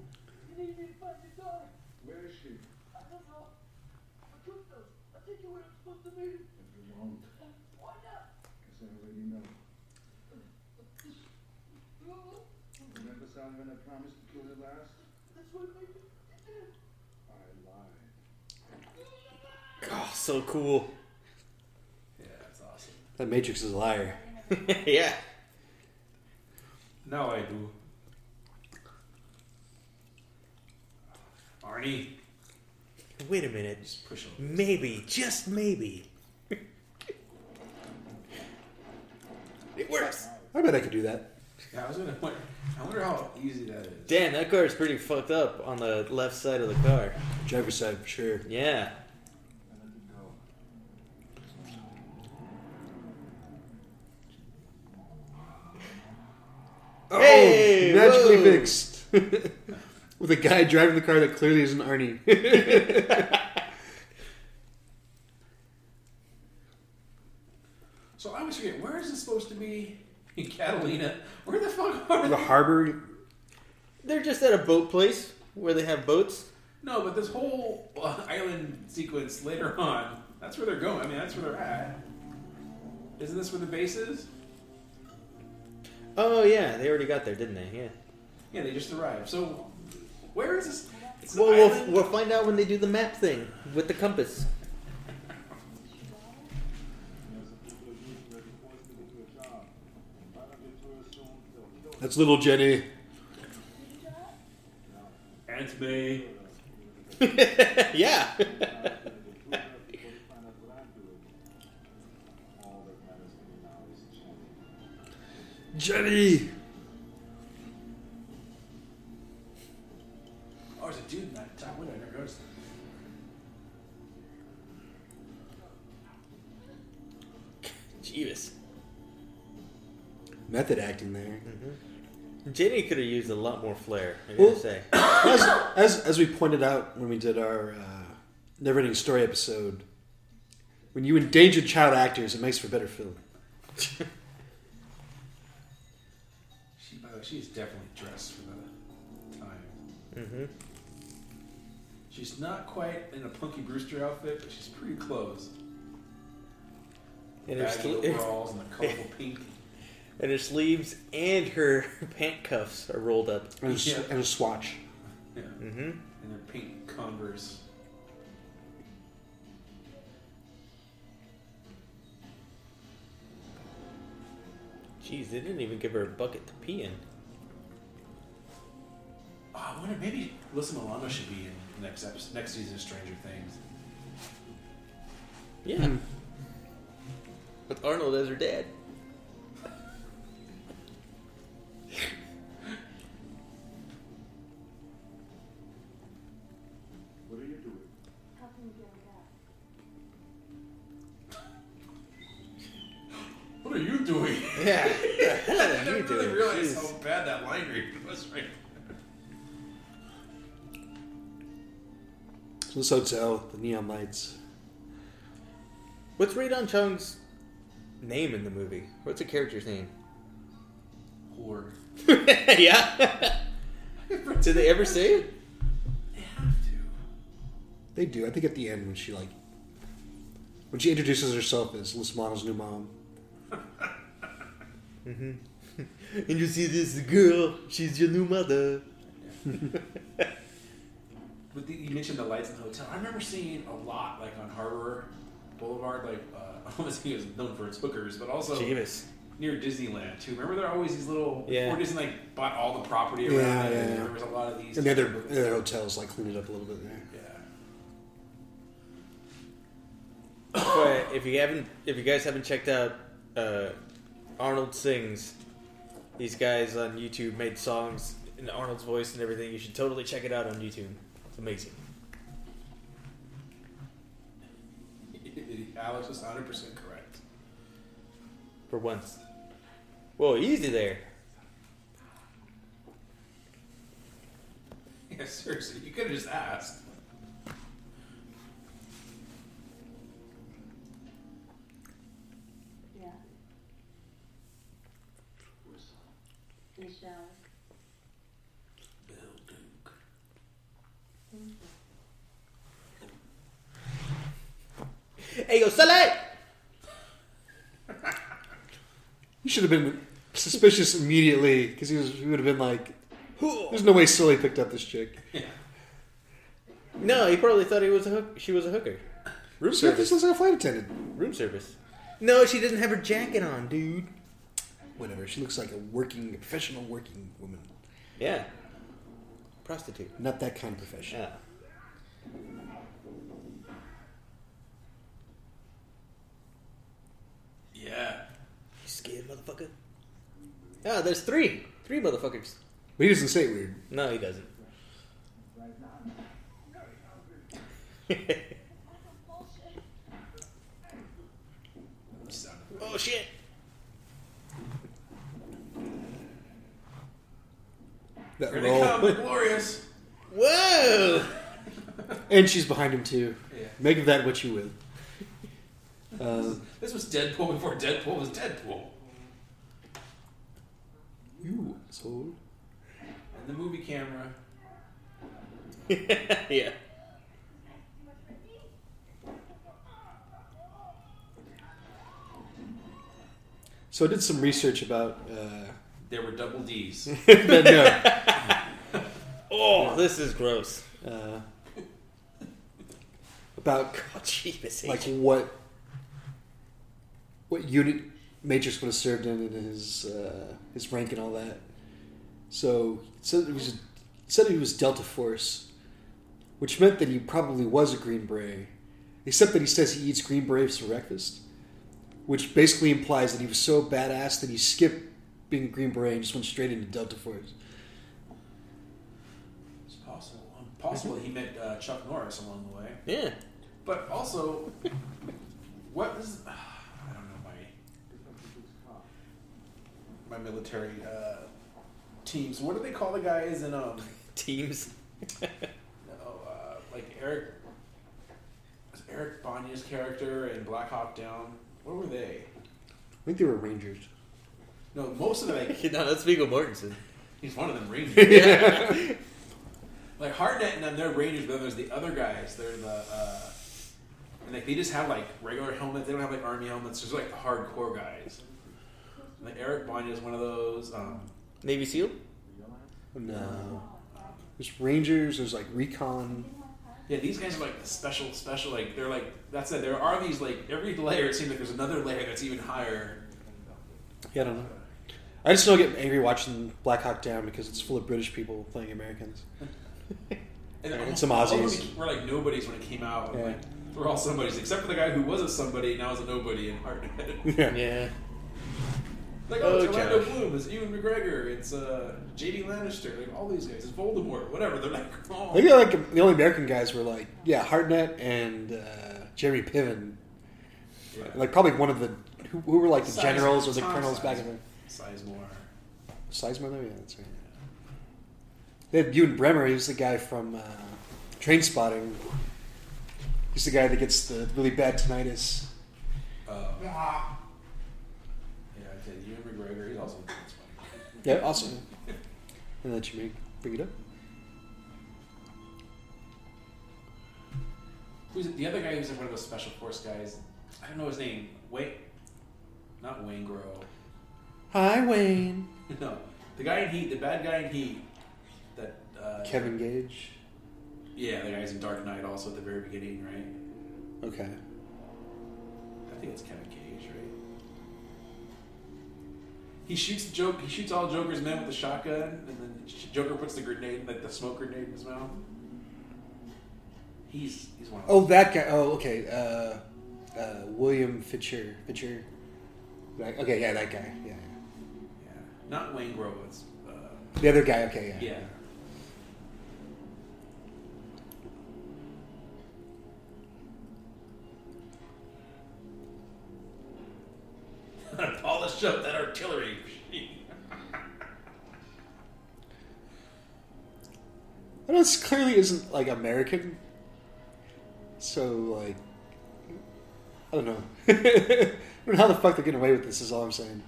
need me to find your daughter.
Where is she?
I don't know. I took those. I took you where I'm supposed to be.
If you won't,
Why not?
because I already know.
You-
Remember Salvin, I promised to kill her last?
That's what made you. you did.
I lied.
Oh, so cool.
Yeah, that's awesome.
That Matrix is a liar.
yeah.
Now I do. Barney.
Wait a minute.
Just push him.
Maybe, just maybe. it works.
I bet I could do that.
Yeah, I was gonna. Wonder, I wonder how easy that is.
Dan, that car is pretty fucked up on the left side of the car.
Driver's side for sure.
Yeah. Hey,
oh, magically
whoa.
fixed. With a guy driving the car that clearly isn't Arnie.
So I always forget where is this supposed to be in Catalina? Where the fuck are
the
they?
harbor.
They're just at a boat place where they have boats.
No, but this whole uh, island sequence later on, that's where they're going. I mean, that's where they're at. Isn't this where the base is?
Oh yeah, they already got there, didn't they? Yeah.
Yeah, they just arrived. So where is this? It's an
Well, we'll,
island?
we'll find out when they do the map thing with the compass.
That's little Jenny.
Aunt May.
yeah.
Jenny.
Oh, there's a dude in that top window. I never noticed. that.
Jeebus.
Method acting there.
Jenny could have used a lot more flair. I gotta
Well-
say.
as, as, as we pointed out when we did our uh, Neverending Story episode, when you endanger child actors, it makes for better film.
She, by the way, she's definitely dressed for the time.
Mm-hmm.
She's not quite in a Punky Brewster outfit, but she's pretty close.
And her,
Baggy
sli-
overalls and the colorful pink.
and her sleeves and her pant cuffs are rolled up.
And a, s-
Yeah.
and a swatch.
Yeah,
Mm-hmm.
and their pink Converse.
Jeez, they didn't even give her a bucket to pee in.
Oh, I wonder maybe Alyssa Milano should be in next episode, next season of Stranger Things.
Yeah. With Hmm. Arnold as her dad.
Helping get it up.
What are you doing?
Yeah. What the hell
I
are you
didn't really
doing?
realize
Jeez.
how bad that line read was right. there.
So this hotel, the neon lights.
What's Radon Chung's name in the movie? What's the character's name?
Whore.
yeah. Did they ever say it?
They have to.
They do. I think at the end when she like when she introduces herself as Liz Mono's new mom.
And you see this girl, she's your new mother.
But the, you mentioned the lights in the hotel. I remember seeing a lot, like on Harbor Boulevard, like uh, I was it was known for its hookers, but also
Oh. Jeebus.
near Disneyland too. Remember there are always these little
Yeah.
before Disney like bought all the property around.
Yeah,
it,
yeah,
and
yeah.
There was a lot of these.
And the other, the other hotels like clean it up a little bit there.
yeah.
But if you haven't, if you guys haven't checked out uh, Arnold sings, these guys on YouTube made songs in Arnold's voice and everything. You should totally check it out on YouTube. It's amazing.
Alex was hundred percent correct.
For once. Whoa, easy there.
Yeah, seriously, you could have just asked.
Yeah. Michelle.
Bill Duke.
Hey yo, Saleh!
You should have been suspicious immediately because he, was- he would have been like, "There's no way Sully picked up this chick."
Yeah.
No, he probably thought he was a hook- she was a hooker. Room
So this
service.
looks like a flight attendant.
Room service. No, she doesn't have her jacket on, dude.
Whatever. She looks like a working, a professional working woman.
Yeah. Prostitute.
Not that kind of profession.
Yeah.
Yeah.
You scared, motherfucker? Ah, there's three. Three motherfuckers.
But he doesn't say it weird.
No, he doesn't.
Bullshit.
oh, shit.
That
Here they come,
roll.
the glorious.
Whoa!
and she's behind him too.
Yeah.
Make of that what you will. Uh,
This was Deadpool before Deadpool was Deadpool.
you asshole.
And the movie camera.
yeah.
So I did some research about. Uh,
There were double D's.
no,
Oh, this is gross.
uh, about
Oh, Jesus.
like what what unit Matrix would have served in and his uh, his rank and all that. So it said he was said he was Delta Force, which meant that he probably was a Green Beret, except that he says he eats Green Berets for breakfast, which basically implies that he was so badass that he skipped being Green Beret and just went straight into Delta Force.
It's possible. Um, possible he met uh, Chuck Norris along the way.
yeah.
But also, what is. I don't know my. My military uh, teams. What do they call the guys in. Um,
Teams.
oh, uh, like Eric. was Eric Banya's character in Black Hawk Down. What were they?
I think they were Rangers.
No, most of them. Like,
no, that's Viggo Mortensen.
he's one of them Rangers. like Hartnett and them, they're Rangers, but then there's the other guys. They're the uh, and like they just have like regular helmets. They don't have like army helmets. There's like the hardcore guys. And, like Eric Banya is one of those. Um,
Navy SEAL?
No. uh, There's Rangers, there's like Recon.
yeah, these guys are like the special, special. Like they're like that's it. There are these like every layer. It seems like there's another layer that's even higher.
Yeah, I don't know. I just don't get angry watching Black Hawk Down because it's full of British people playing Americans.
And
And
almost
some
all of them
Aussies.
We're like nobodies when it came out.
Yeah.
Like, we're all somebodies, except for the guy who was a somebody now is a nobody in Hartnett.
Yeah.
Like, oh, it's
Oh,
Orlando
Josh.
Bloom, it's Ewan McGregor, it's uh, J.D. Lannister, like all these guys, it's Voldemort, whatever. They're like, oh,
Maybe like the only American guys were like, yeah, Hartnett and uh, Jeremy Piven,
yeah.
like probably one of the who, who were like the
Size-
generals or the
Tom
colonels back
Sizemore.
in the
Sizemore.
Sizemore. though? Yeah, that's right. They had Ewan Bremer. He was the guy from uh, Train Spotting. He's the guy that gets the really bad tinnitus.
Uh, yeah, I said Ewan McGregor. He's also that's funny.
Yeah, awesome. And that you may bring it up.
Who's the other guy who's one of those special force guys? I don't know his name. Wait, not Wayne Grow.
Hi, Wayne.
no, the guy in Heat, the bad guy in Heat. That uh,
Kevin Gage.
Yeah, the guy's in Dark Knight also at the very beginning, right?
Okay.
I think it's Kevin Cage, right? He shoots the joke. He shoots all Joker's men with the shotgun, and then Joker puts the grenade, like the smoke grenade, in his mouth. He's he's one. Of
Oh, that guy. Oh, okay. Uh, uh, William Fitcher. Fitcher. Right. Okay, yeah, that guy. Yeah, yeah.
them. yeah. Not Wayne Grove. It's uh,
The other guy. Okay, yeah.
yeah. Polish up that artillery.
I know this clearly isn't like American. So like, I don't know. I don't know how the fuck they're getting away with this. Is all I'm saying.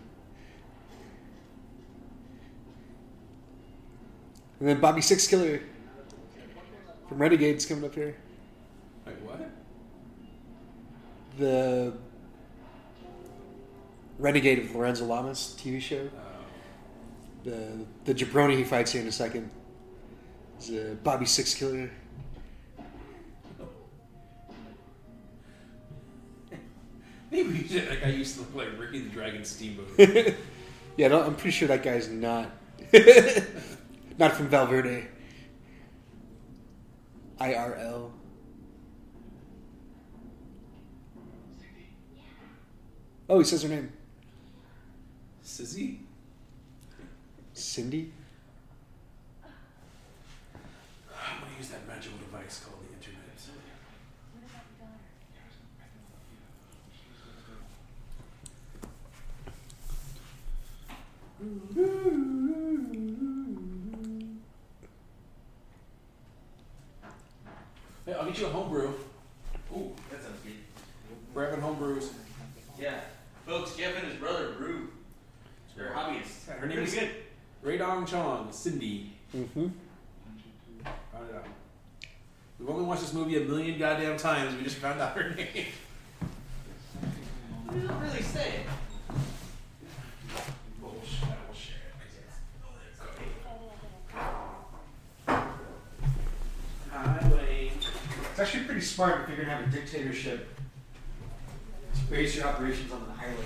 And then Bobby Six Killer from Renegades coming up here.
Wait, what?
The Renegade of Lorenzo Lamas TV show.
Oh.
the the jabroni he fights here in a second is a Bobby Six Killer.
Maybe we should, like I used to look like Ricky the Dragon Steamboat.
yeah, no, I'm pretty sure that guy's not not from Valverde. IRL. Oh, he says her name.
Sizzy.
Cindy?
I'm gonna use that magical device called the internet.
What about your daughter?
Hey, I'll get you a homebrew.
Ooh, that sounds good.
We're having homebrews.
Yeah. Folks, Jeff and his brother brew. They're hobbyists.
Her name
Pretty
is
good.
Radong Chong, Cindy.
Mm-hmm.
Found it out. Oh, We've only watched this movie a million goddamn times. We just found out her name.
You don't really say it.
Bullshit. I will share it. Highway.
It's actually pretty smart if you're gonna have a dictatorship to base your operations on the highway.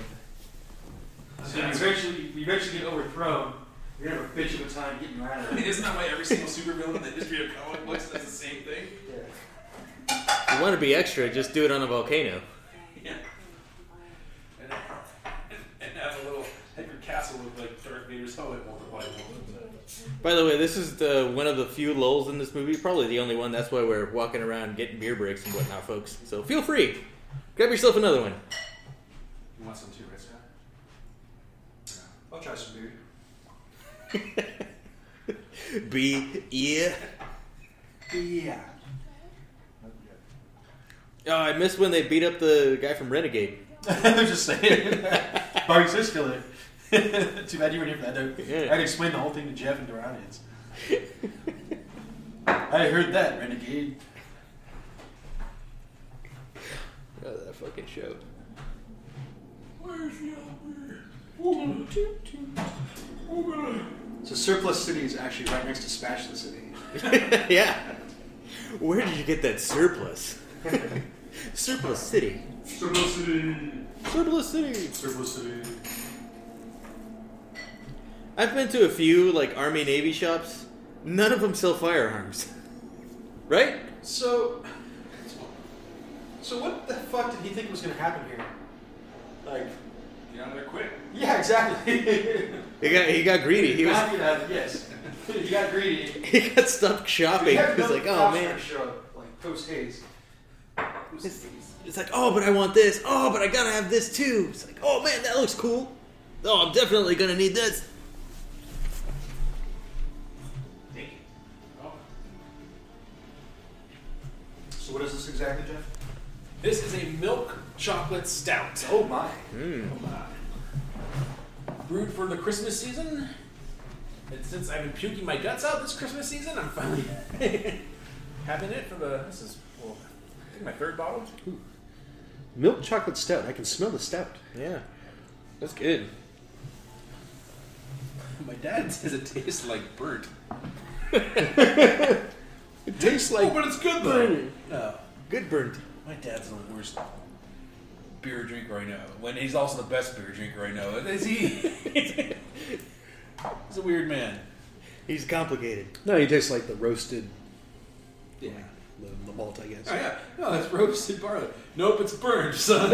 So you eventually, you eventually get overthrown. You're gonna have a bitch of a time getting out
I
of
mean,
it.
isn't that why every single supervillain in the history of comic books does the same thing?
You want to be extra, just do it on a volcano.
Yeah. And, and have a little, have your castle look like Darth Vader's helmet multiplied.
By the way, this is the one of the few lulls in this movie. Probably the only one. That's why we're walking around getting beer breaks and whatnot, folks. So feel free. Grab yourself another one.
You want some too, right, Scott?
I'll try some beer.
Be yeah.
Yeah.
Oh, I missed when they beat up the guy from Renegade.
I'm just saying. Barry says killer. Too bad you weren't here for that. Doug.
Yeah.
I'd explain the whole thing to Jeff and to our audience. I heard that, Renegade.
Oh, that fucking show.
Where's your beer? Oh, God.
So Surplus City is actually right next to Spatula City.
yeah. Where did you get that surplus? surplus City.
Surplus City.
Surplus City.
Surplus City.
I've been to a few like Army Navy shops. None of them sell firearms. right?
So, so what the fuck did he think was going to happen here? Like,
Get out of there quick.
yeah, exactly.
He got he got greedy. He was
Not, you know, yes, you got greedy.
he got stuffed shopping.
You had
He's
another
like, oh
cops
man.
gonna show up, like post haze.
It's, it's like, oh, but I want this. Oh, but I gotta have this too. It's like, oh man, that looks cool. Oh, I'm definitely gonna need this.
Oh.
So what is this exactly, Jeff?
This is a milk chocolate stout.
Oh my!
Hmm. Brewed for the Christmas season. And since I've been puking my guts out this Christmas season, I'm finally having it for the. This is, well, I think my third bottle.
Milk chocolate stout. I can smell the stout.
Yeah, that's good.
My dad says it tastes like burnt.
It tastes like.
it's good
burning.
No.
Oh, Good burnt.
My dad's the worst beer drinker I know. When he's also the best beer drinker I know. Is he? he's a weird man.
He's complicated.
No, it tastes like the roasted
Yeah.
the, the malt, I guess.
Oh yeah. No, that's roasted barley. Nope, it's burned, son.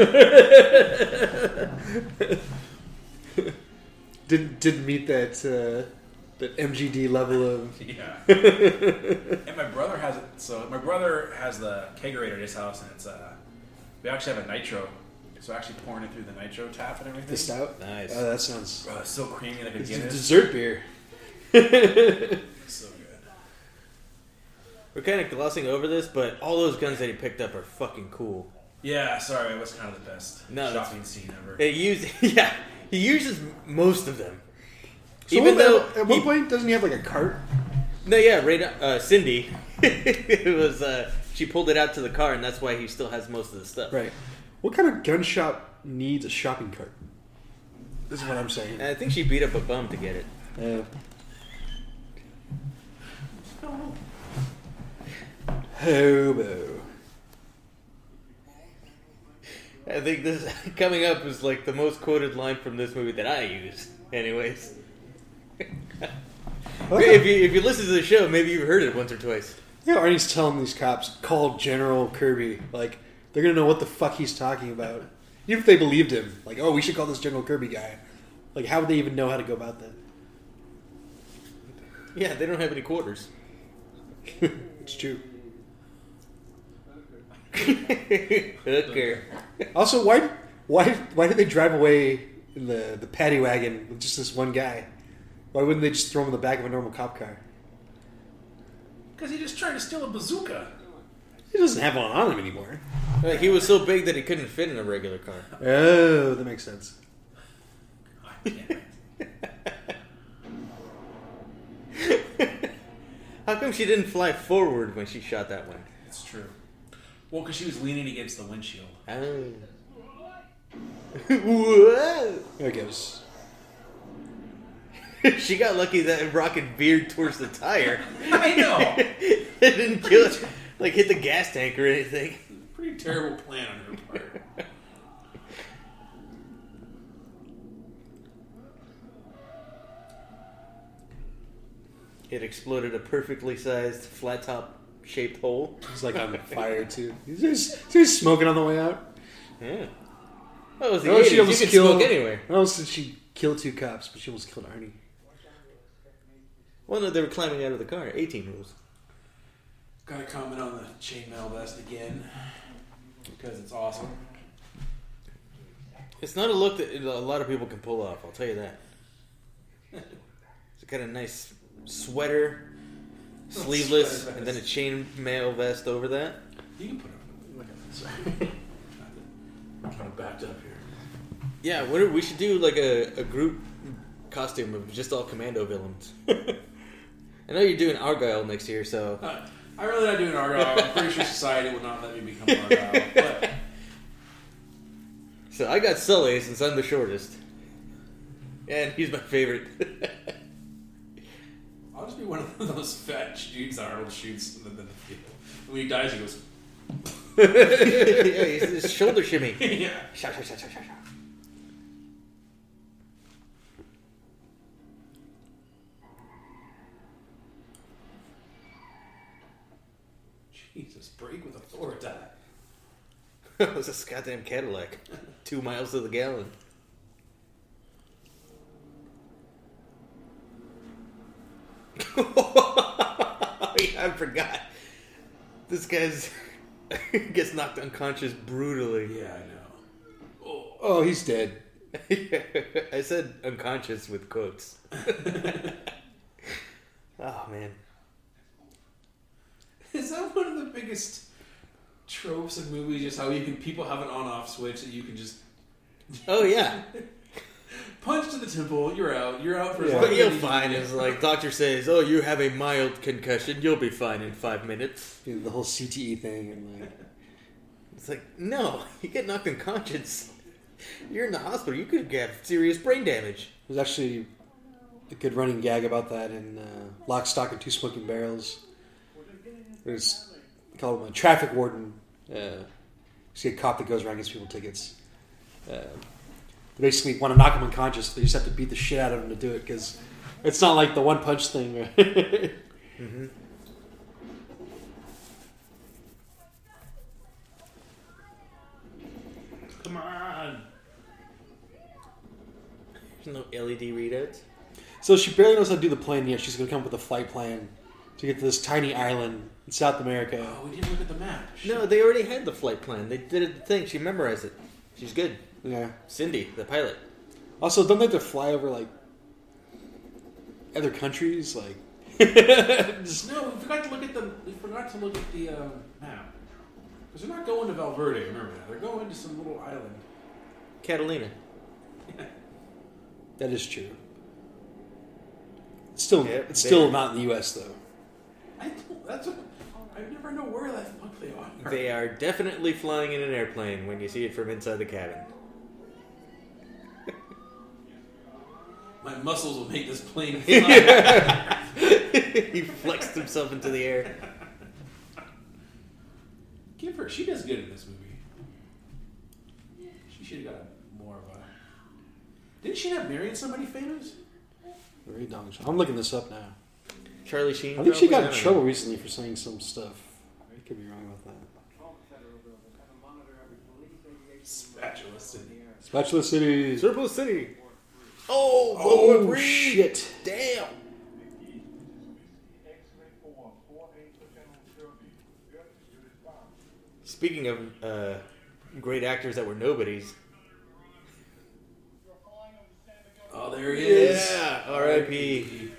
Didn't didn't meet that uh, that MGD level of.
yeah. and my brother has it. So my brother has the kegerator at his house, and it's uh, we actually have a nitro. So actually pouring it through the nitro tap and everything.
The stout.
Nice.
Oh, that sounds.
Bro, it's so creamy, like a
It's a
Guinness.
dessert beer.
so good.
We're kind of glossing over this, but all those guns that he picked up are fucking cool.
Yeah. Sorry, it was kind of the best
No, that's-
shopping scene ever.
He used, yeah, he uses most of them.
So
Even
what-
though
at, one
he-
point, doesn't he have like a cart?
No, yeah, right. Uh, Cindy, it was. Uh, she pulled it out to the car, and that's why he still has most of the stuff.
Right. What kind of gun shop needs a shopping cart? This is what I'm saying.
And I think she beat up a bum to get it.
Uh, hobo.
I think this coming up is like the most quoted line from this movie that I use. Anyways, if you if you listen to the show, maybe you've heard it once or twice.
Yeah, Arnie's telling these cops, call General Kirby. Like, they're gonna know what the fuck he's talking about. Even if they believed him, like, oh, we should call this General Kirby guy. Like, how would they even know how to go about that?
Yeah, they don't have any quarters.
it's true.
Hooker.
Also, why why why did they drive away in the the paddy wagon with just this one guy? Why wouldn't they just throw him in the back of a normal cop car?
Because he just tried to steal a bazooka.
He doesn't have one on him anymore.
Like, he was so big that he couldn't fit in a regular car.
Oh, that makes sense.
God damn it.
How come she didn't fly forward when she shot that one?
It's true. Well, because she was leaning against the windshield.
Oh. Whoa.
There it goes.
she got lucky that it rocket veered towards the tire.
I know.
it didn't kill it. Like hit the gas tank or anything.
Pretty terrible plan on her part.
It exploded a perfectly sized flat top shaped hole.
He's like on fire too. He's just, he's smoking on the way out.
Yeah. That was the
Oh,
80s.
she
You
almost
could
killed.
smoke anywhere.
I almost said she killed two cops, but she almost killed Arnie.
Well, no, they were climbing out of the car. 18 rules.
Got to comment on the chainmail vest again because it's awesome.
It's not a look that a lot of people can pull off. I'll tell you that. It's got a nice sweater, sleeveless,
sweater
and then a chain mail vest over that.
You can put it. Look at this. I'm kind of backed up here.
Yeah, what are, we should do like a, a group costume of just all commando villains. I know you're doing Argyle next year, so
Uh, I really not doing Argyle. I'm pretty sure society will not let me become Argyle. But
so I got Sully since I'm the shortest, and he's my favorite.
I'll just be one of those fat dudes that Arnold shoots in the, in the field. When he dies, he goes,
yeah, he's this shoulder shimmy.
yeah.
Sha, sha, sha, sha, sha, sha.
Jesus, break with authority.
it was this goddamn Cadillac, two miles to the gallon. yeah, I forgot. This guy's gets knocked unconscious brutally.
Yeah, I
Oh, he's dead.
I said unconscious with quotes.
know.
Oh man,
Is that one of the biggest tropes in movies? Just how you can people have an on-off switch that you can just
oh yeah,
punch to the temple. You're out. You're out for. as
Yeah.
long
but
as
you'll
you-
fine. It's like doctor says, oh, you have a mild concussion. You'll be fine in five minutes.
You know, the whole CTE thing and like
It's like, no, you get knocked unconscious. You're in the hospital. You could have serious brain damage.
There's actually a good running gag about that in uh, Lock, Stock, and Two Smoking Barrels. There's they call him a traffic warden. Uh, see a cop that goes around and gives people tickets. Uh, they basically want to knock him unconscious. They just have to beat the shit out of him to do it because it's not like the one punch thing.
Come on.
There's no LED readouts.
so she barely knows how to do the plan yet. She's going to come up with a flight plan to get to this tiny island in South America.
Oh, we didn't look at the map.
No, they already had the flight plan. They did it- the thing. She memorized it. She's good.
Yeah.
Cindy, the pilot.
Also, don't they have to fly over like other countries? Like,
Shit. No, we forgot to look at the. We forgot to look at the uh, map. Because they're not going to Valverde. Remember that. They're going to some little island.
Catalina.
that is true. It's still,
Yep,
it's
they-
still not in the U.S. though.
I don't, that's. What, I never know where the fuck they are.
They are definitely flying in an airplane when you see it from inside the cabin.
My muscles will make this plane fly.
he flexed himself into the air.
Give her. She does good in this movie. She should have got more of a. Didn't she not marry somebody famous?
Very dog shit. I'm looking this up now.
Charlie Sheen.
I think she
probably?
got in
don't
trouble
know.
recently for saying some stuff. I could be wrong about that.
Call the federal building. Have a monitor every police aviation
Spatula City.
Spatula City.
Circle City. Oh, World War
Oh
Three.
shit!
Damn. Speaking of uh, great actors that were nobodies.
Oh, there he is.
Yeah, R.I.P.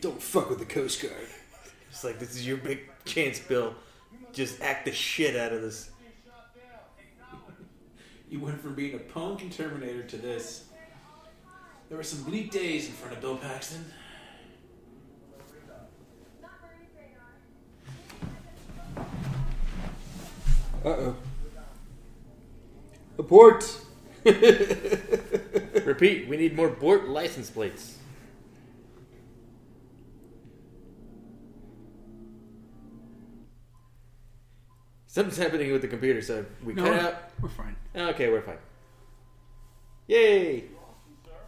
Don't fuck with the Coast Guard.
It's like this is your big chance, Bill. Just act the shit out of this.
You went from being a punk and Terminator to this. There were some bleak days in front of Bill Paxton.
Not Bernie's radar.
Uh oh. Abort.
Repeat. We need more Bort license plates. Something's happening with the computer, so we cut out.
we're fine.
Okay, we're fine. Yay!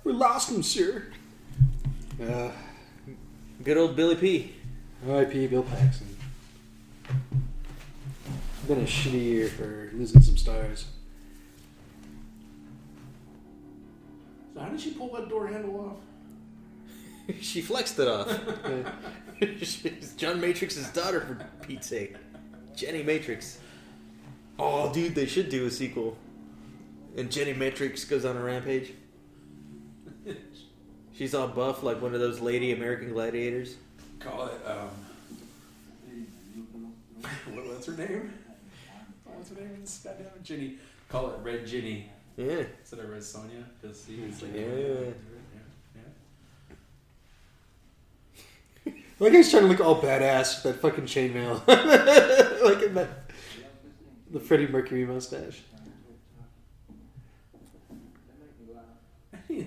We lost him, sir. Uh,
Good old Billy P.
R.I.P. Bill Paxton. Been a shitty year for losing some stars.
So how did she pull that door handle off?
she flexed it off.
Uh,
She's John Matrix's daughter, for Pete's sake. Jenny Matrix. Oh, dude, they should do a sequel. And Jenny Matrix goes on a rampage. She's all buff, like one of those lady American gladiators.
Call it, um... what, what's her name? What's her name? It's goddamn Ginny. Call it Red Ginny.
Yeah.
Instead of Red Sonia, because see, it's like...
Yeah.
yeah.
Like he's trying to look all badass with that fucking chainmail, like in that the Freddie Mercury mustache.
yeah.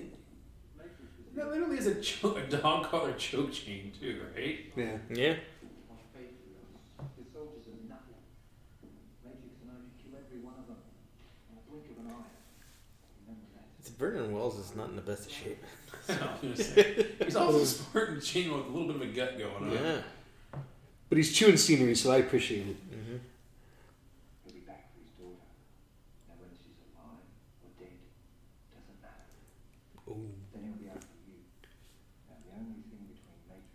That literally is a, cho- a dog collar choke chain, too, right?
Yeah.
Yeah.
My faith in us. The soldiers are nothing. Matrix and I should kill every one of them in a blink of an eye. Remember that.
It's Vernon Wells is not in the best of shape.
So I'm gonna say, He's also sporting a chain with a little bit of a gut going on.
Yeah.
But he's chewing scenery, so I appreciate it.
He'll be back for his daughter. Now whether she's alive or dead doesn't matter.
Ooh.
Then he'll be after you. Now the only thing between Matrix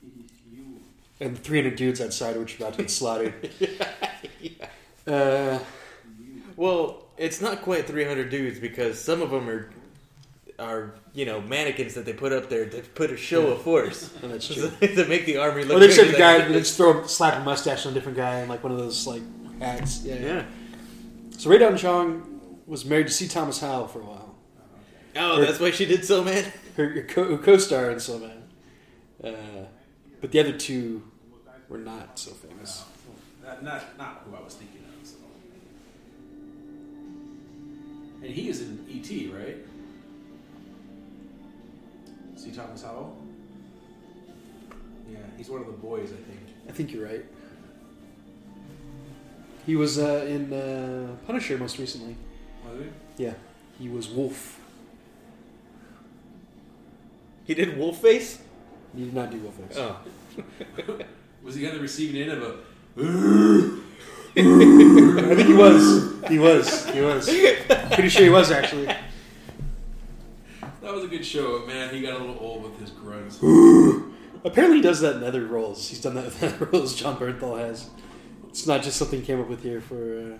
and you is me. It is you.
And 300 dudes outside, which are about to get slaughtered. Uh,
Well, it's not quite 300 dudes because some of them are, are you know, mannequins that they put up there to put a show of force.
and that's
to
true.
to make the army look
Well, they
big.
said the
Like-
guy, they just throw slap a mustache on a different guy and like one of those like hats. Yeah.
Yeah.
So Ray Don Chong was married to C. Thomas Howell for a while.
Oh, that's why she did so, man.
Her, her co- her co-star in Snowman. Uh, but the other two were not so famous.
Not, not, not who I was thinking of. So. And he is in E.T., right? See Thomas Howell? Yeah, he's one of the boys, I think.
I think you're right. He was uh, in uh, Punisher most recently.
Was he?
Yeah, he was Wolf.
He did wolf face.
He did not do Wolf X.
Oh,
Was he on the receiving end of a.
I think he was. He was. He was. Pretty sure he was actually.
That was a good show, but man. He got a little old with his grunts.
Apparently, he does that in other roles. He's done that in other roles. John Bernthal has. It's not just something he came up with here for. uh,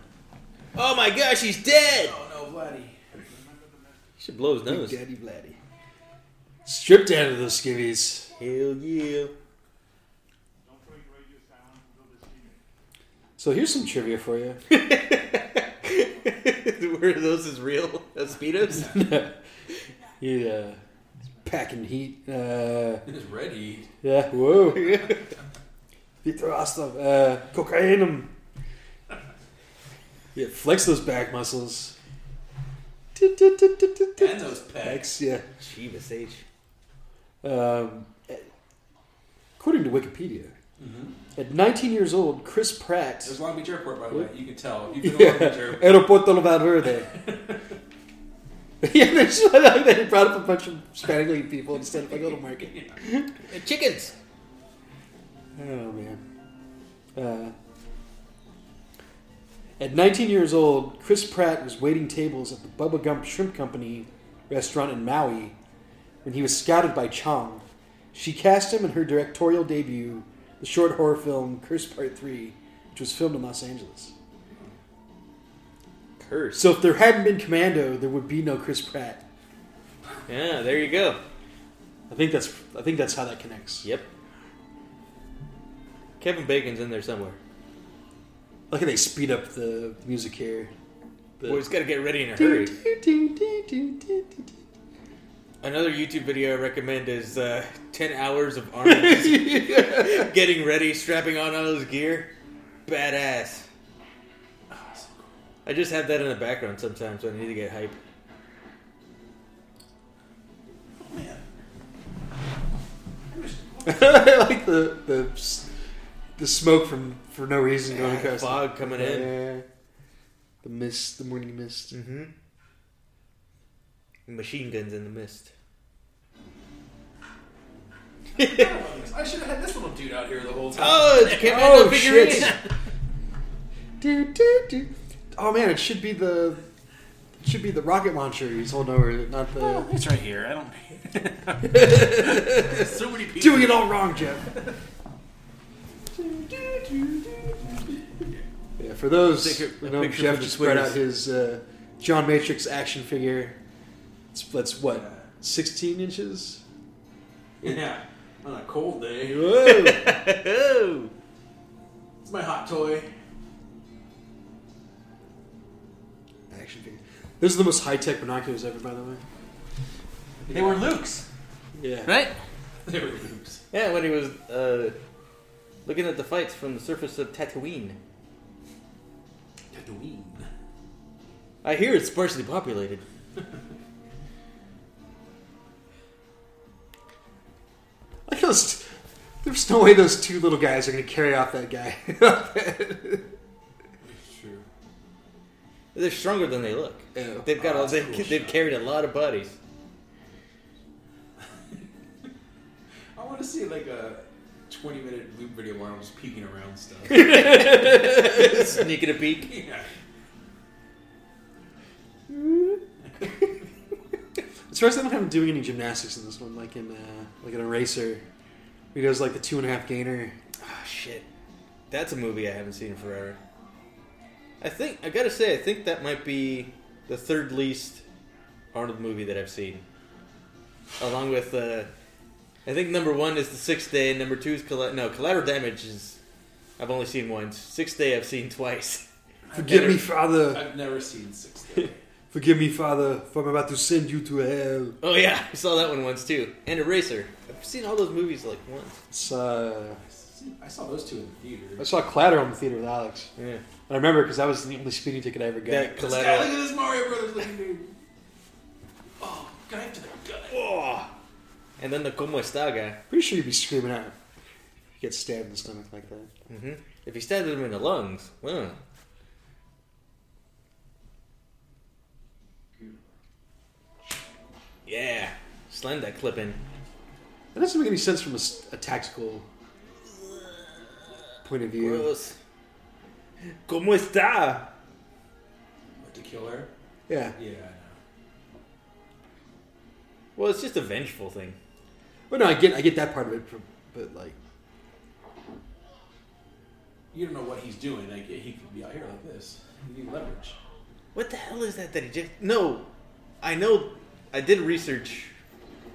oh my gosh, he's dead.
oh no, Vladdy.
He should blow his
Uh,
nose.
Daddy Vladdy. Stripped down to those skivvies.
Hell yeah.
So here's some trivia for you.
Were those as real as speedos?
he uh, is packing heat. Uh,
His red heat.
yeah. Whoa. Vitrostov. Uh, cocaine. Yeah. Flex those back muscles.
And those pecs.
X. Yeah.
Jeebus H.
Um, according to Wikipedia, at 19 years old, Chris Pratt.
Mm-hmm. There's Long Beach Airport, by the way. You can tell. You've been to Long Beach
Yeah,
Airport.
Aeropuerto Valverde. yeah, they, just, they brought up a bunch of Spanish people instead of like a little market.
Chickens.
Oh man. Uh, at 19 years old, Chris Pratt was waiting tables at the Bubba Gump Shrimp Company restaurant in Maui when he was scouted by Chong. She cast him in her directorial debut, the short horror film Curse Part 3, which was filmed in Los Angeles.
Curse.
So if there hadn't been Commando, there would be no Chris Pratt.
Yeah, Ah, there you go.
I think that's I think that's how that connects.
Yep. Kevin Bacon's in there somewhere.
Look how they speed up the music here. The-
Boy, he's got to get ready in a hurry. Another YouTube video I recommend is uh, 10 hours of Arnold getting ready, strapping on all his gear. Badass. I just have that in the background sometimes when I need to get hype.
Man.
I like the the s- the smoke from for no reason going
Yeah,
across the-
Ah, fog coming in.
Yeah. The mist, the morning mist.
Mm-hmm. Machine guns in the mist.
I should have had this little dude out here the whole time.
Oh, it's Kevin
Oh,
figurine.
shit. Do, do, do. Oh man, it should be the it should be the rocket launcher he's holding over, it, not the
Oh, It's right here. I don't. so many people.
doing it all wrong, Jeff. Yeah, for those
Picture-
who
a
know,
picture
Jeff
for the
just spread out
Twitters.
his uh, John Matrix action figure. It's, that's what sixteen inches.
Yeah. On a cold day.
Whoa.
Oh.
It's my hot toy.
action figure. Those are the most high tech binoculars ever, by the way.
They were Luke's.
Yeah.
Right?
They were Luke's.
Yeah, when he was uh, looking at the fights from the surface of Tatooine.
Tatooine.
I hear it's sparsely populated.
Like those. There's no way those two little guys are going to carry off that guy.
It's true.
They're stronger than they look.
Yeah.
They've got
Oh,
all. They,
that's a cool
they've
shot.
carried a lot of bodies.
I want to see like a 20 minute Luke video where I'm just peeking around stuff.
Sneaking a peek.
yeah.
It's surprised they don't have him doing any gymnastics in this one, like in uh, like an eraser. He does like the two and a half gainer.
Ah, shit. That's a movie I haven't seen in forever. I think I gotta say I think that might be the third least Arnold movie that I've seen, along with uh, I think number one is The Sixth Day, and number two is Colla- no Collateral Damage is I've only seen once. Sixth Day I've seen twice.
Forgive me,
never-
Father.
I've never seen Six Day.
Forgive me, Father, for I'm about to send you to hell.
Oh yeah, I saw that one once too. And Eraser. I've seen all those movies like once.
It's, uh,
I saw those two in the
I
theater.
saw Clatter on the theater with Alex.
Yeah.
And I remember because that was the only speeding ticket I ever got.
That
This guy, look
collateral.
at this Mario Brothers looking dude. Oh, guy to the gut.
Oh. And then the Como Esta guy.
Pretty sure you'd be screaming out. if You get stabbed in the stomach like that.
hmm If he stabbed him in the lungs, well. Yeah, slam that clip in.
That doesn't make any sense from a, s- a tactical point of view.
Gross. Como está?
What to kill her?
Yeah.
Yeah, I know.
Well, it's just a vengeful thing.
But no, I get I get that part of it. From, but like,
You don't know what he's doing. Like he could be out here like this. You need leverage.
What the hell is that that he just? No, I know. I did research.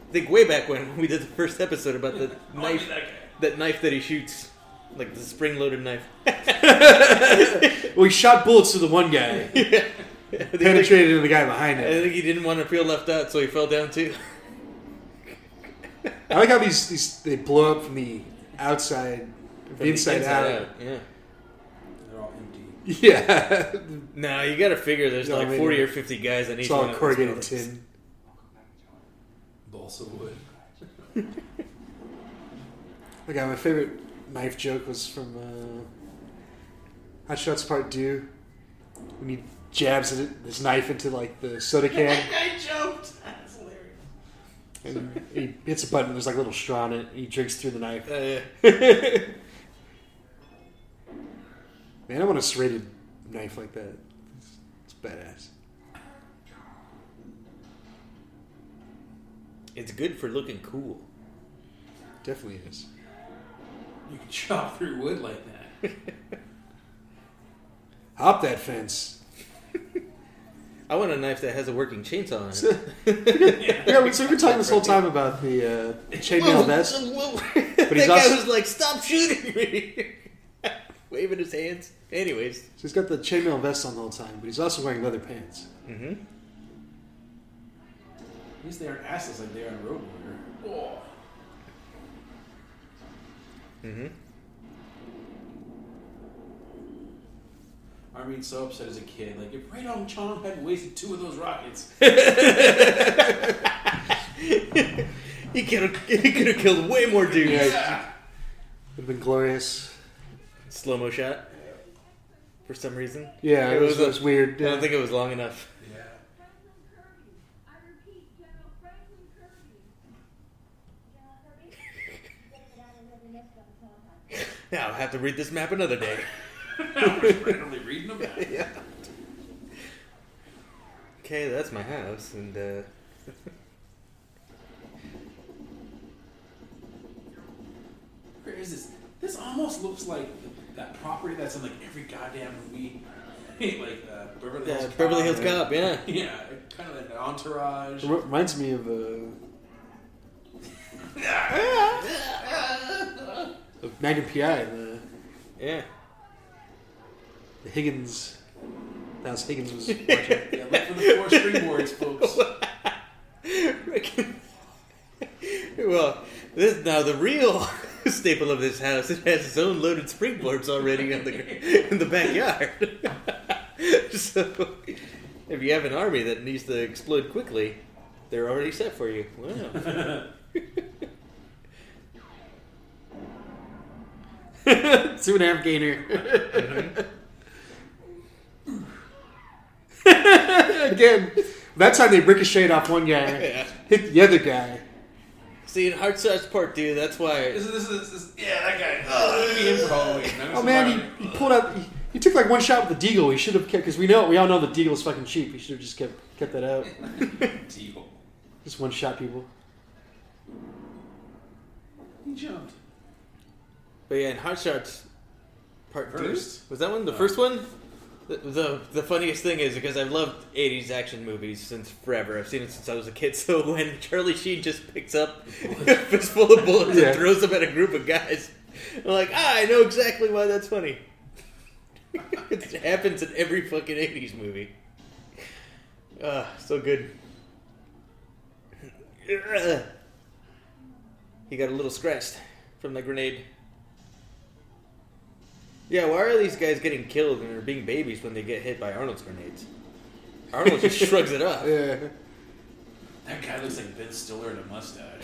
I think way back when we did the first episode about the
I wanna be
knife,
that guy.
that knife that he shoots, like the spring-loaded knife.
well, he shot bullets to the one guy, penetrated into the guy behind
I
him.
think he didn't want to feel left out, so he fell down too.
I like how these these they blow up from the outside, the inside, out.
Yeah.
They're all empty.
Yeah,
No, you got to figure there's
Yeah,
like
maybe.
40 or 50 guys on each
it's
one.
all
of
corrugated
those buildings.
tin.
Balsa wood.
Like my favorite knife joke was from uh, Hot Shots Part Two. When he jabs it- his knife into like the soda can.
I jumped. That's hilarious.
And he hits a button. There's like a little straw in it. And he drinks through the knife.
Uh,
Man, I want a serrated knife like that. It's, it's badass.
it's good for looking cool.
Definitely is.
You can chop through wood like that.
Hop that fence.
I want a knife that has a working chainsaw on it.
Yeah, we- so we've been talking this whole time about the uh, chainmail vest.
but
he's
that guy
also-
was like, "Stop shooting me!" Waving his hands. Anyways,
So he's got the chainmail vest on the whole time, but he's also wearing leather pants.
mm-hmm.
At least they aren't asses like they are in Road Warrior.
Mm-hmm.
I mean, so upset as a kid. Like, if Radon Chong had wasted two of those rockets,
he could have he could have killed way more dudes.
yeah.
Would have been glorious.
Slow mo shot. For some reason.
Yeah, it was,
a-
it was weird.
I don't think it was long enough.
Franklin Kirby. I repeat, General Franklin Kirby. General Kirby?
Now I'll have to read this map another day.
randomly reading them. Out.
yeah. Okay, that's my house, and uh,
Where is this? This almost looks like that property that's in like every goddamn movie, like uh, Beverly Hills.
yeah,
Cop.
Beverly Hills Cop. Yeah.
Yeah, kind of like an entourage.
It reminds me of uh, of Magnum PI, the,
Yeah.
the Higgins. That's Higgins was watching.
Yeah, look for the four springboards, folks.
Reckon- well, this now the real staple of this house. It has its own loaded springboards already on the gr- in the backyard. so, if you have an army that needs to explode quickly, they're already set for you. Wow.
Two and a half gainer. Again, that time they ricocheted off one guy,
Yeah.
hit the other guy.
See, in Hard Size Part Two, that's why.
This is, this is, this is yeah, that guy. Oh, be him for Halloween. That was
Uh, Oh man,
surviving.
he, he pulled out. He, he took like one shot with the deagle. He should have kept because we know we all know the deagle is fucking cheap. He should have just kept kept that out.
Deal.
Just one shot people.
He jumped.
But yeah, in Hot Shots Part
First.
Two, was that one the first one? The, the the funniest thing is because I've loved '80s action movies since forever. I've seen it since I was a kid. So when Charlie Sheen just picks up a fistful of bullets
Yeah.
and throws them at a group of guys, I'm like, ah, I know exactly why that's funny. it happens in every fucking '80s movie. Ah, so good. Ugh. He got a little scratched from the grenade. Yeah, why are these guys getting killed and they're being babies when they get hit by Arnold's grenades? Arnold just shrugs it off.
Yeah,
That guy looks like Ben Stiller in a mustache.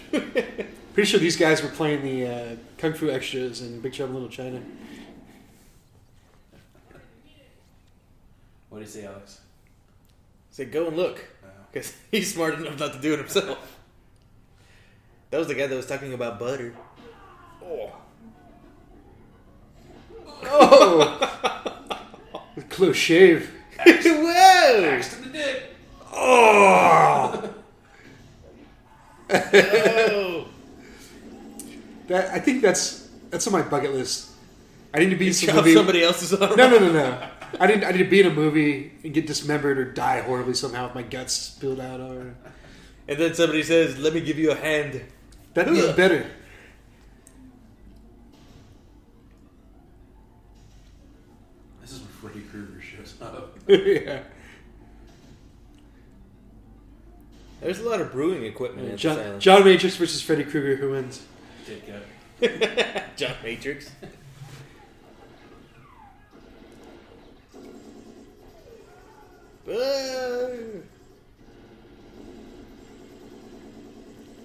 pretty sure these guys were playing the uh, kung fu extras in Big Trouble in Little China.
What do you say, Alex?
So go and look, because he's smart enough not to do it himself. That was the guy that was talking about butter.
Close shave.
Whoa!
Next to the dick.
Ah. Oh.
That I think that's that's on my bucket list. I need to be in some
Chop
movie.
somebody else's arm.
No, no, no, no. I didn't. I need to be in a movie and get dismembered or die horribly somehow with my guts spilled out. Or
And then somebody says, "Let me give you a hand."
that'd be
Ugh.
better.
This is when Freddy Krueger shows up.
yeah.
There's a lot of brewing equipment in this
John,
island.
John Matrix versus Freddy Krueger. Who wins?
Dick up.
John Matrix. Boo.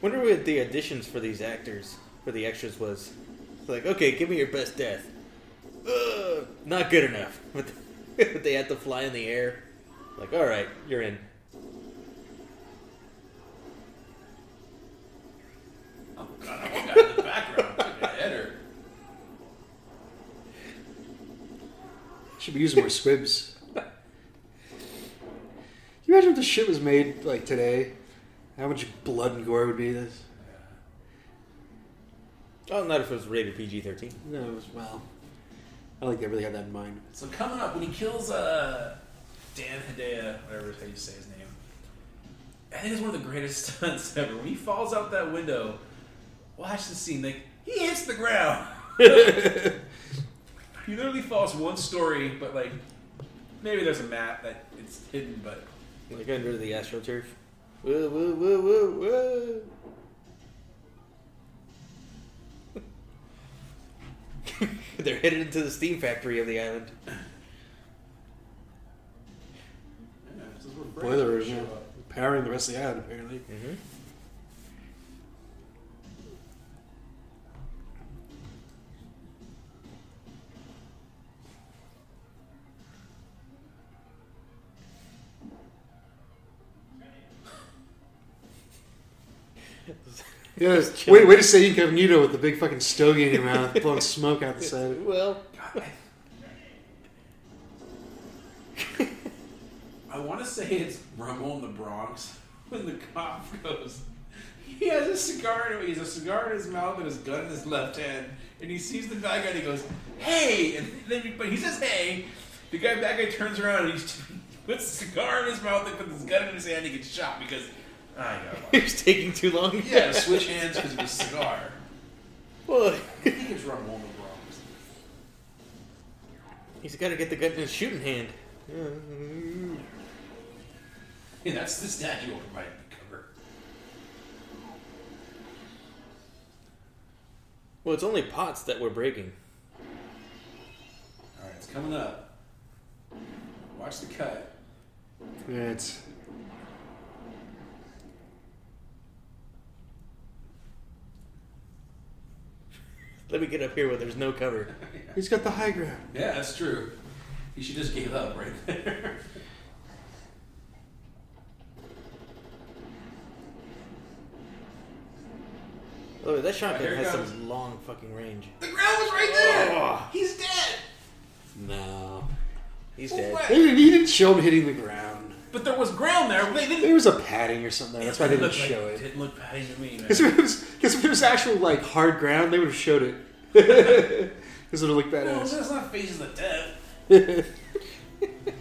Wonder what the auditions for these actors, for the extras, was. It's like, okay, give me your best death. Ugh, not good enough. But they had to fly in the air. Like, all right, you're in.
Oh god, I got in the background. Took a header.
Should be using more squibs. Can you imagine if the shit was made like today? How much blood and gore would be this?
Oh, not if it was rated PG thirteen.
No, it was well. I don't think they really had that in mind.
So coming up, when he kills uh, Dan Hedaya, whatever how you say his name, I think it's one of the greatest stunts ever. When he falls out that window, watch the scene. Like he hits the ground. he literally falls one story, but like maybe there's a mat that it's hidden, but
Like under the astroturf. Woo woo woo woo woo. They're headed into the steam factory on the island.
yeah, this is where Brad
Boiler room,
show
yeah.
up.
powering the rest of the island apparently.
Mm-hmm.
Yeah, it's- wait, wait to say incognito with the big fucking stogie in your mouth, blowing smoke out the side.
Well,
I want to say it's Rumble in the Bronx when the cop goes. He has a cigar. In, he has a cigar in his mouth and his gun in his left hand, and he sees the bad guy. and He goes, "Hey!" And then, but he says, "Hey." The guy, bad guy, turns around and he puts the cigar in his mouth and puts his gun in his hand. and He gets shot because I got
it was taking too long.
yeah, switch hands because of his cigar.
Well,
I think it's Rumble in the Bronx.
he's got to get the gun in his shooting hand. Mm.
Yeah, that's the statue over my cover.
Well, it's only pots that we're breaking.
All right, it's coming up. Watch the cut.
Yeah, it's
Let me get up here where there's no cover.
he's got the high ground.
Yeah, that's true. He should just give up right there.
Oh, that
Here
shotgun
it
has
comes.
some long fucking range.
the ground was right there. He's dead.
No, he's
Well,
dead.
what?
He didn't, he didn't show him hitting the ground.
But there was ground there. but They didn't.
There was a padding or something. That's why they didn't
looked like-
show it.
Didn't look bad to me. Man.
Because if it was, because if it was actual like hard ground, they would have showed it. Because it would look
No,
Oh.
badass.
that's not faces of death.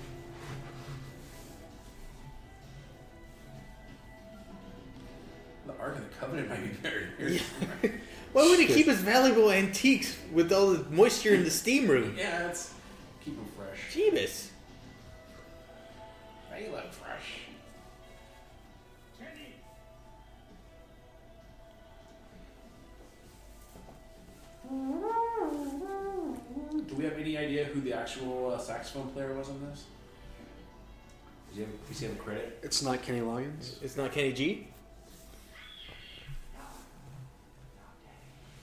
The Ark of the Covenant might be buried here. Yeah,
Why would he keep his valuable antiques with all the moisture in the steam room?
yeah that's keep them fresh.
Jeebus.
They look fresh.
음,
Do we have any idea who the actual uh, saxophone player was on this? Does he have, does he have a credit?
It's not Kenny Loggins.
It's not Kenny G?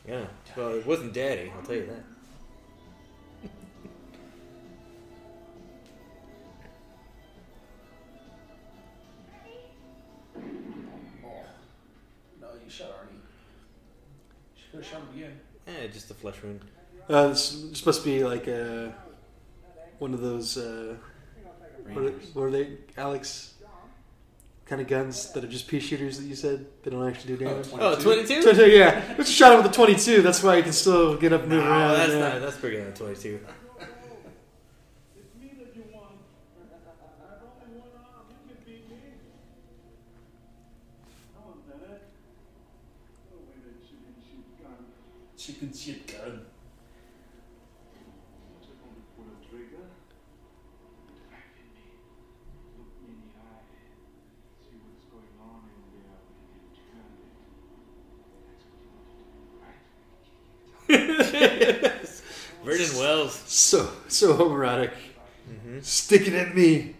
Yeah. Well, it wasn't Daddy, I'll tell you that.
Oh. No, you shot Arnie. Should have shot him again.
Eh, just a flesh wound.
Uh, this, this must be like uh, one of those. Uh, what, are,
Rangers.
what are they, Alex? Kind of guns that are just pea shooters that you said they don't actually do damage.
Oh, 22?
So, so, yeah, it's a shot him with a twenty-two. That's why he can still get up and move around.
that's,
yeah.
not, that's bigger than a 22.
It's me that you want. I've only one arm. You can beat me. Come on, Bennett. Oh, No way that she didn't shoot gun.
Chicken shit gun.
She going to pull a trigger. Back in me. Look me in the eye. See what's going on in there when you turn it. That's what you want to do, right?
Vernon Wells.
so so homoerotic.
Mm-hmm.
Stick it at me.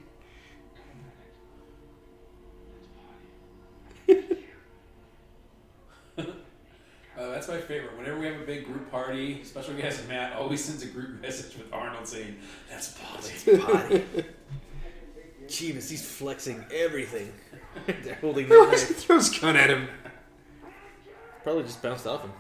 Uh, that's my favorite. Whenever we have a big group party, special guest Matt always sends a group message with Arnold saying, "That's politics."
Potty. achievements. He's flexing everything. They're holding that
He
knife.
throws a gun at him.
Probably just bounced off him.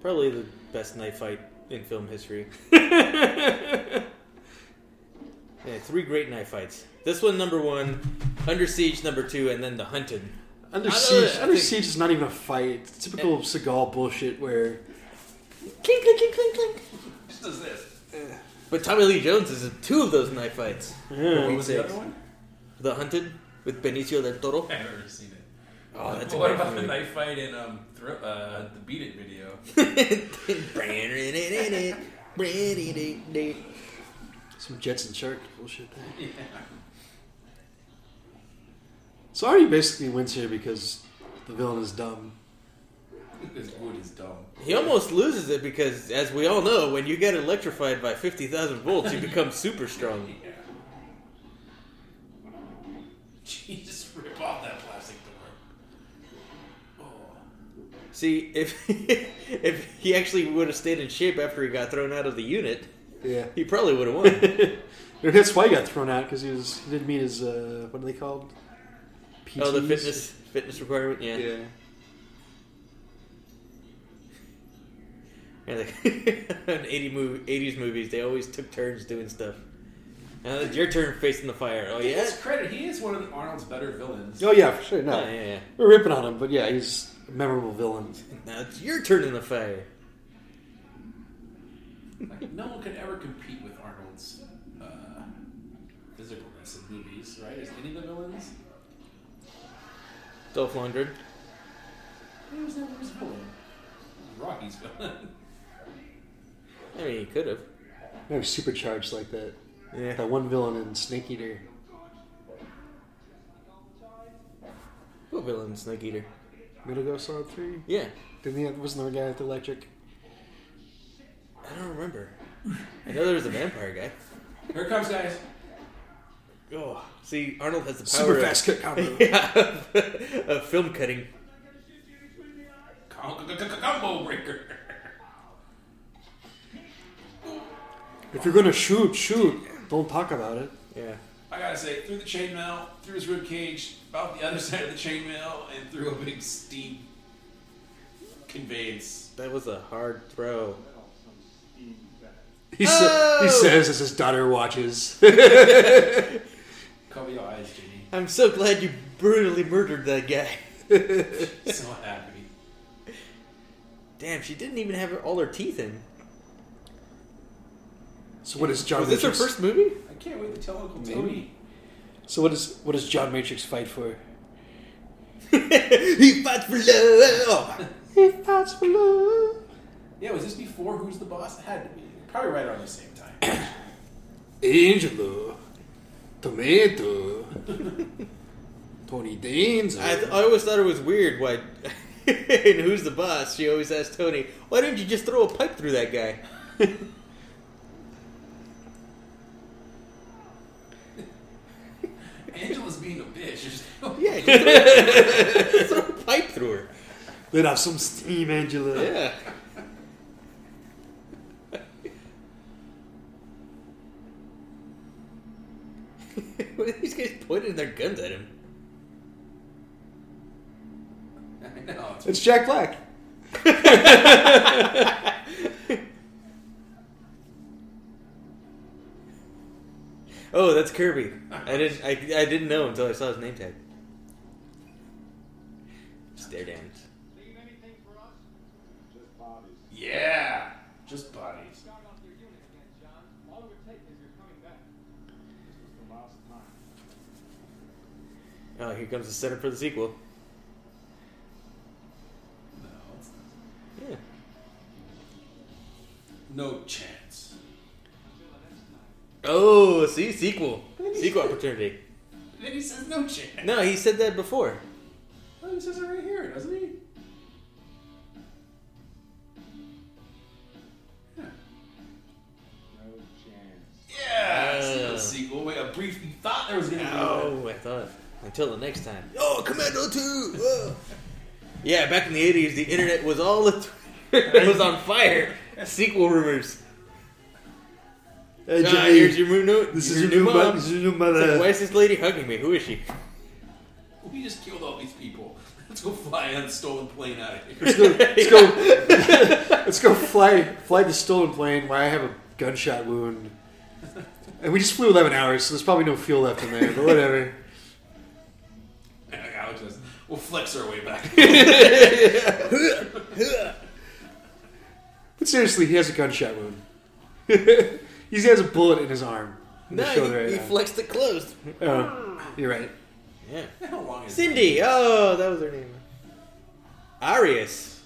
Probably the best knife fight in film history. yeah, three great knife fights. This one, number one. Under Siege, number two, and then The Hunted.
Under
I don't
siege,
know, I
under
think-
siege is not even a fight. It's typical Seagal bullshit where
Clink, clink, clink, clink, clink.
Just does this.
But Tommy Lee Jones is in two of those knife fights.
What was the other one?
The Hunted with Benicio del Toro.
I've never seen it.
Oh, that's
But what
a
about the
great
knife fight in um, thro- uh, the Beat It video?
movie.
some Jetson Shark bullshit. Thing. So Artie basically wins here because the villain is dumb.
This wood is dumb.
he almost loses it because, as we all know, when you get electrified by 50,000 volts, you become super strong.
Jesus, rip off that plastic door.
See, if if he actually would have stayed in shape after he got thrown out of the unit,
Yeah.
he probably would have won.
that's why he got thrown out because he was he didn't meet his uh, what are they called? PTs?
oh, the fitness fitness requirement, yeah.
Yeah.
And like, in 80 mov 80s movies, they always took turns doing stuff. Now it's your turn facing the fire. Oh,
To
yeah?
his credit, he is one of Arnold's better villains.
Oh yeah, for sure. No,
Oh, yeah, yeah.
we're ripping on him, but yeah, he's a memorable villain.
Now it's your turn in the fire.
Like, no one could ever compete with Arnold's uh, physicalness in movies, right? Is any of the villains?
Dolph Lundgren.
He was never his villain. Rocky's villain.
I mean, he could have.
They're supercharged like that.
Yeah.
That one villain in Snake Eater.
What villain, Snake Eater?
Metal Gear Solid Three.
Yeah.
Didn't he? Have, wasn't there a guy with the electric?
I don't remember. I know there was a vampire guy.
Here it comes, guys.
Oh, see, Arnold has the power
Super
of-
fast cut combo.
yeah, of film cutting.
Com- c- c- Combo breaker.
If you're gonna shoot, shoot. Don't talk about it.
Yeah.
I gotta say, through the chainmail, through his rib cage, about the other side of the chainmail, and through a big steam conveyance.
That was a hard throw.
He, sa-
Oh!
he says as his daughter watches.
Cover your eyes, Jimmy.
I'm so glad you brutally murdered that guy.
so happy.
Damn, she didn't even have all her teeth in.
so what is John?
Was this her
Matrix-
first movie?
I can't wait to tell Uncle Tony.
So what is what does John Matrix fight for?
he fights for love.
He fights for love.
Yeah, was this before Who's the Boss? It had to be. Probably right around the same time.
Angelo, tomato, Tony Danza.
I, I always thought it was weird why, and who's the boss? She always asked Tony, "Why didn't you just throw a pipe through that guy?"
Angela's being a bitch. "Oh, There's no-
Yeah, just throw, throw a pipe through her.
Let off some steam, Angelo.
Yeah. what are these guys pointing their guns at him?
I know. It's
It's Jack Black.
Oh, that's Kirby. I didn't. I, I didn't know until I saw his name tag. Stare down.
Yeah, just bodies.
Oh, here comes the setup for the sequel.
No, it's not.
Yeah.
no chance.
Oh, see, sequel, sequel opportunity.
Then he says no chance.
No, he said that before.
Oh, he says it right here, doesn't he?
No chance.
Yeah, it's no
Uh.
sequel. Wait, a brief thought there was gonna be.
Oh, I thought.
one.
Until the next time. Oh, Commando 2! Whoa. yeah, back in the 80s, the internet was all the. it was on fire. Sequel rumors.
Hey,
Ah,
Johnny,
here's your new note.
this
your
is your
new
new
mom.
mother. This is your new
It's like, why
mother.
is this lady hugging me? Who is she?
We just killed all these people. Let's go fly on a stolen plane out of here.
Let's go. Let's go. let's go fly fly the stolen plane where I have a gunshot wound. And we just flew 11 hours, so there's probably no fuel left in there. But whatever.
Alex says, we'll flex our way back.
But seriously, he has a gunshot wound. he has a bullet in his arm. in
No,
his shoulder
he, he
right now.
flexed it closed.
Oh, uh, you're right.
Yeah.
How long is it?
Cindy. Oh, that was her name. Arius.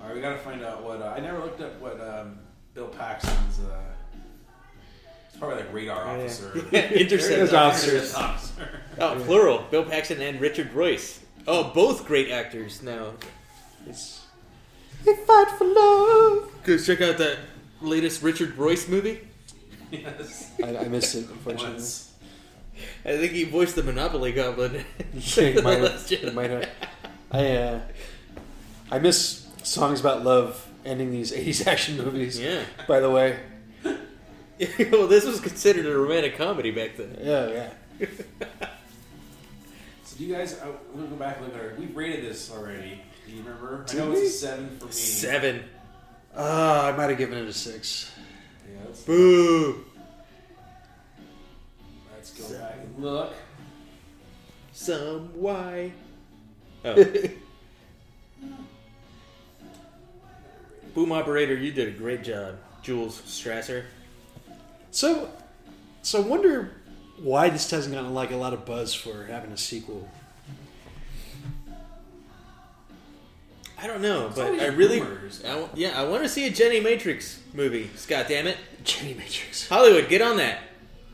All right, we gotta find out what. Uh, I never looked up what um, Bill Paxton's. Uh, it's probably like radar officer.
Intercept
Those
officers.
officers.
officer.
Oh, plural. Bill Paxton and Richard Royce. Oh, both great actors now.
It's
They fight for love. Guys, check out that latest Richard Royce movie.
yes.
I, I missed it, unfortunately.
Once.
I think he voiced the Monopoly Goblin.
it might have. It might have. I uh, I miss songs about love ending these '80s action movies.
Yeah.
By the way,
well, this was considered a romantic comedy back then.
yeah, yeah.
So do you guys? I, I'm gonna go back and look at our. We've rated this already. Do you remember?
Did
I know
we?
it's a seven for me.
Seven.
Uh, I might have given it a six.
Yeah, let's,
Boo.
let's go back and look.
Some why. Oh. Boom operator, you did a great job, Jules Strasser.
So, so I wonder why this hasn't gotten like a lot of buzz for having a sequel.
I don't know, but
always
I really,
rumors.
I w- yeah, I want to see a Jenny Matrix movie. Scott, damn it,
Jenny Matrix.
Hollywood, get on that.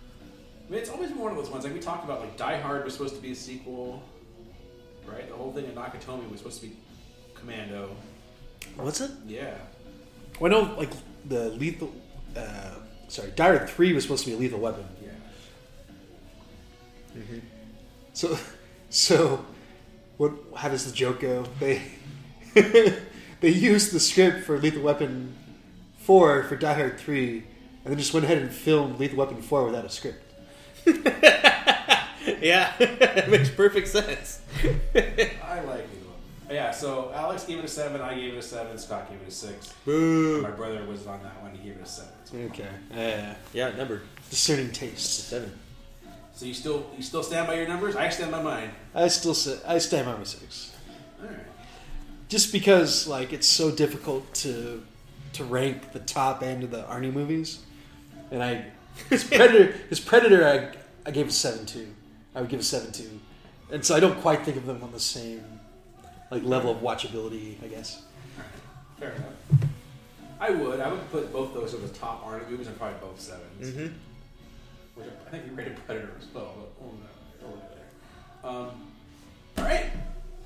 I mean, it's always been one of those ones. Like we talked about, like Die Hard was supposed to be a sequel, right? The whole thing in Nakatomi was supposed to be Commando.
What's it?
Yeah.
Well, I know like the lethal. Uh, sorry, Dire Three was supposed to be a lethal weapon. Mm-hmm.
Yeah.
So, so, what? How does the joke go? They they used the script for Lethal Weapon four for Die Hard three, and then just went ahead and filmed Lethal Weapon four without a script.
Yeah, it makes perfect sense.
I like it. Yeah, so Alex gave it a seven, I gave it a seven, Scott gave it a six. My
Boo.
brother was on that one, he gave it a seven. So-
Okay. Uh,
Yeah, number
discerning tastes.
seven.
So you still you still stand by your numbers? I stand by mine.
I still say I stand by my six,
Alright.
just because like it's so difficult to to rank the top end of the Arnie movies, and I his Predator his Predator I I gave a seven two. I would give a seven two, and so I don't quite think of them on the same like level of watchability. I guess.
Fair enough. I would. I would put both those are the top Arnold movies and probably both 7s
Mhm.
Which I think we rated Predator as well, but we'll know over there. Um, all right.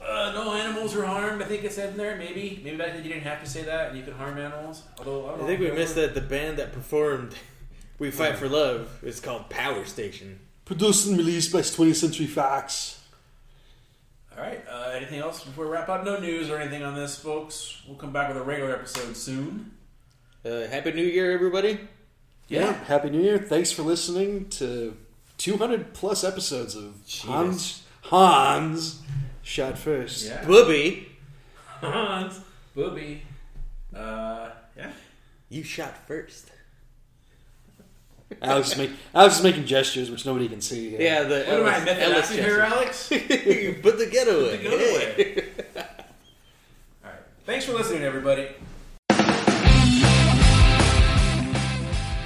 Uh, no animals were harmed. I think it said in there. Maybe, maybe back then you didn't have to say that, and you could harm animals. Although I, don't
I think
know.
we missed that the band that performed "We Fight for Love" is called Power Station.
Produced and released by 20th Century Fox.
All right. Uh, anything else before we wrap up? No news or anything on this, folks. We'll come back with a regular episode soon.
Uh, Happy New Year, everybody!
Happy New Year. Thanks for listening to 200 plus episodes of Hans Hans Shot First.
Yeah.
Booby,
Hans, Booby. Uh, yeah.
you shot first.
Alex is making Alex is making gestures which nobody can see.
Yeah, the
What am I
Ellis-
method
Ellis
acting here,
Chester.
Alex?
you put the getaway.
Put the getaway. All right. Thanks for listening, everybody.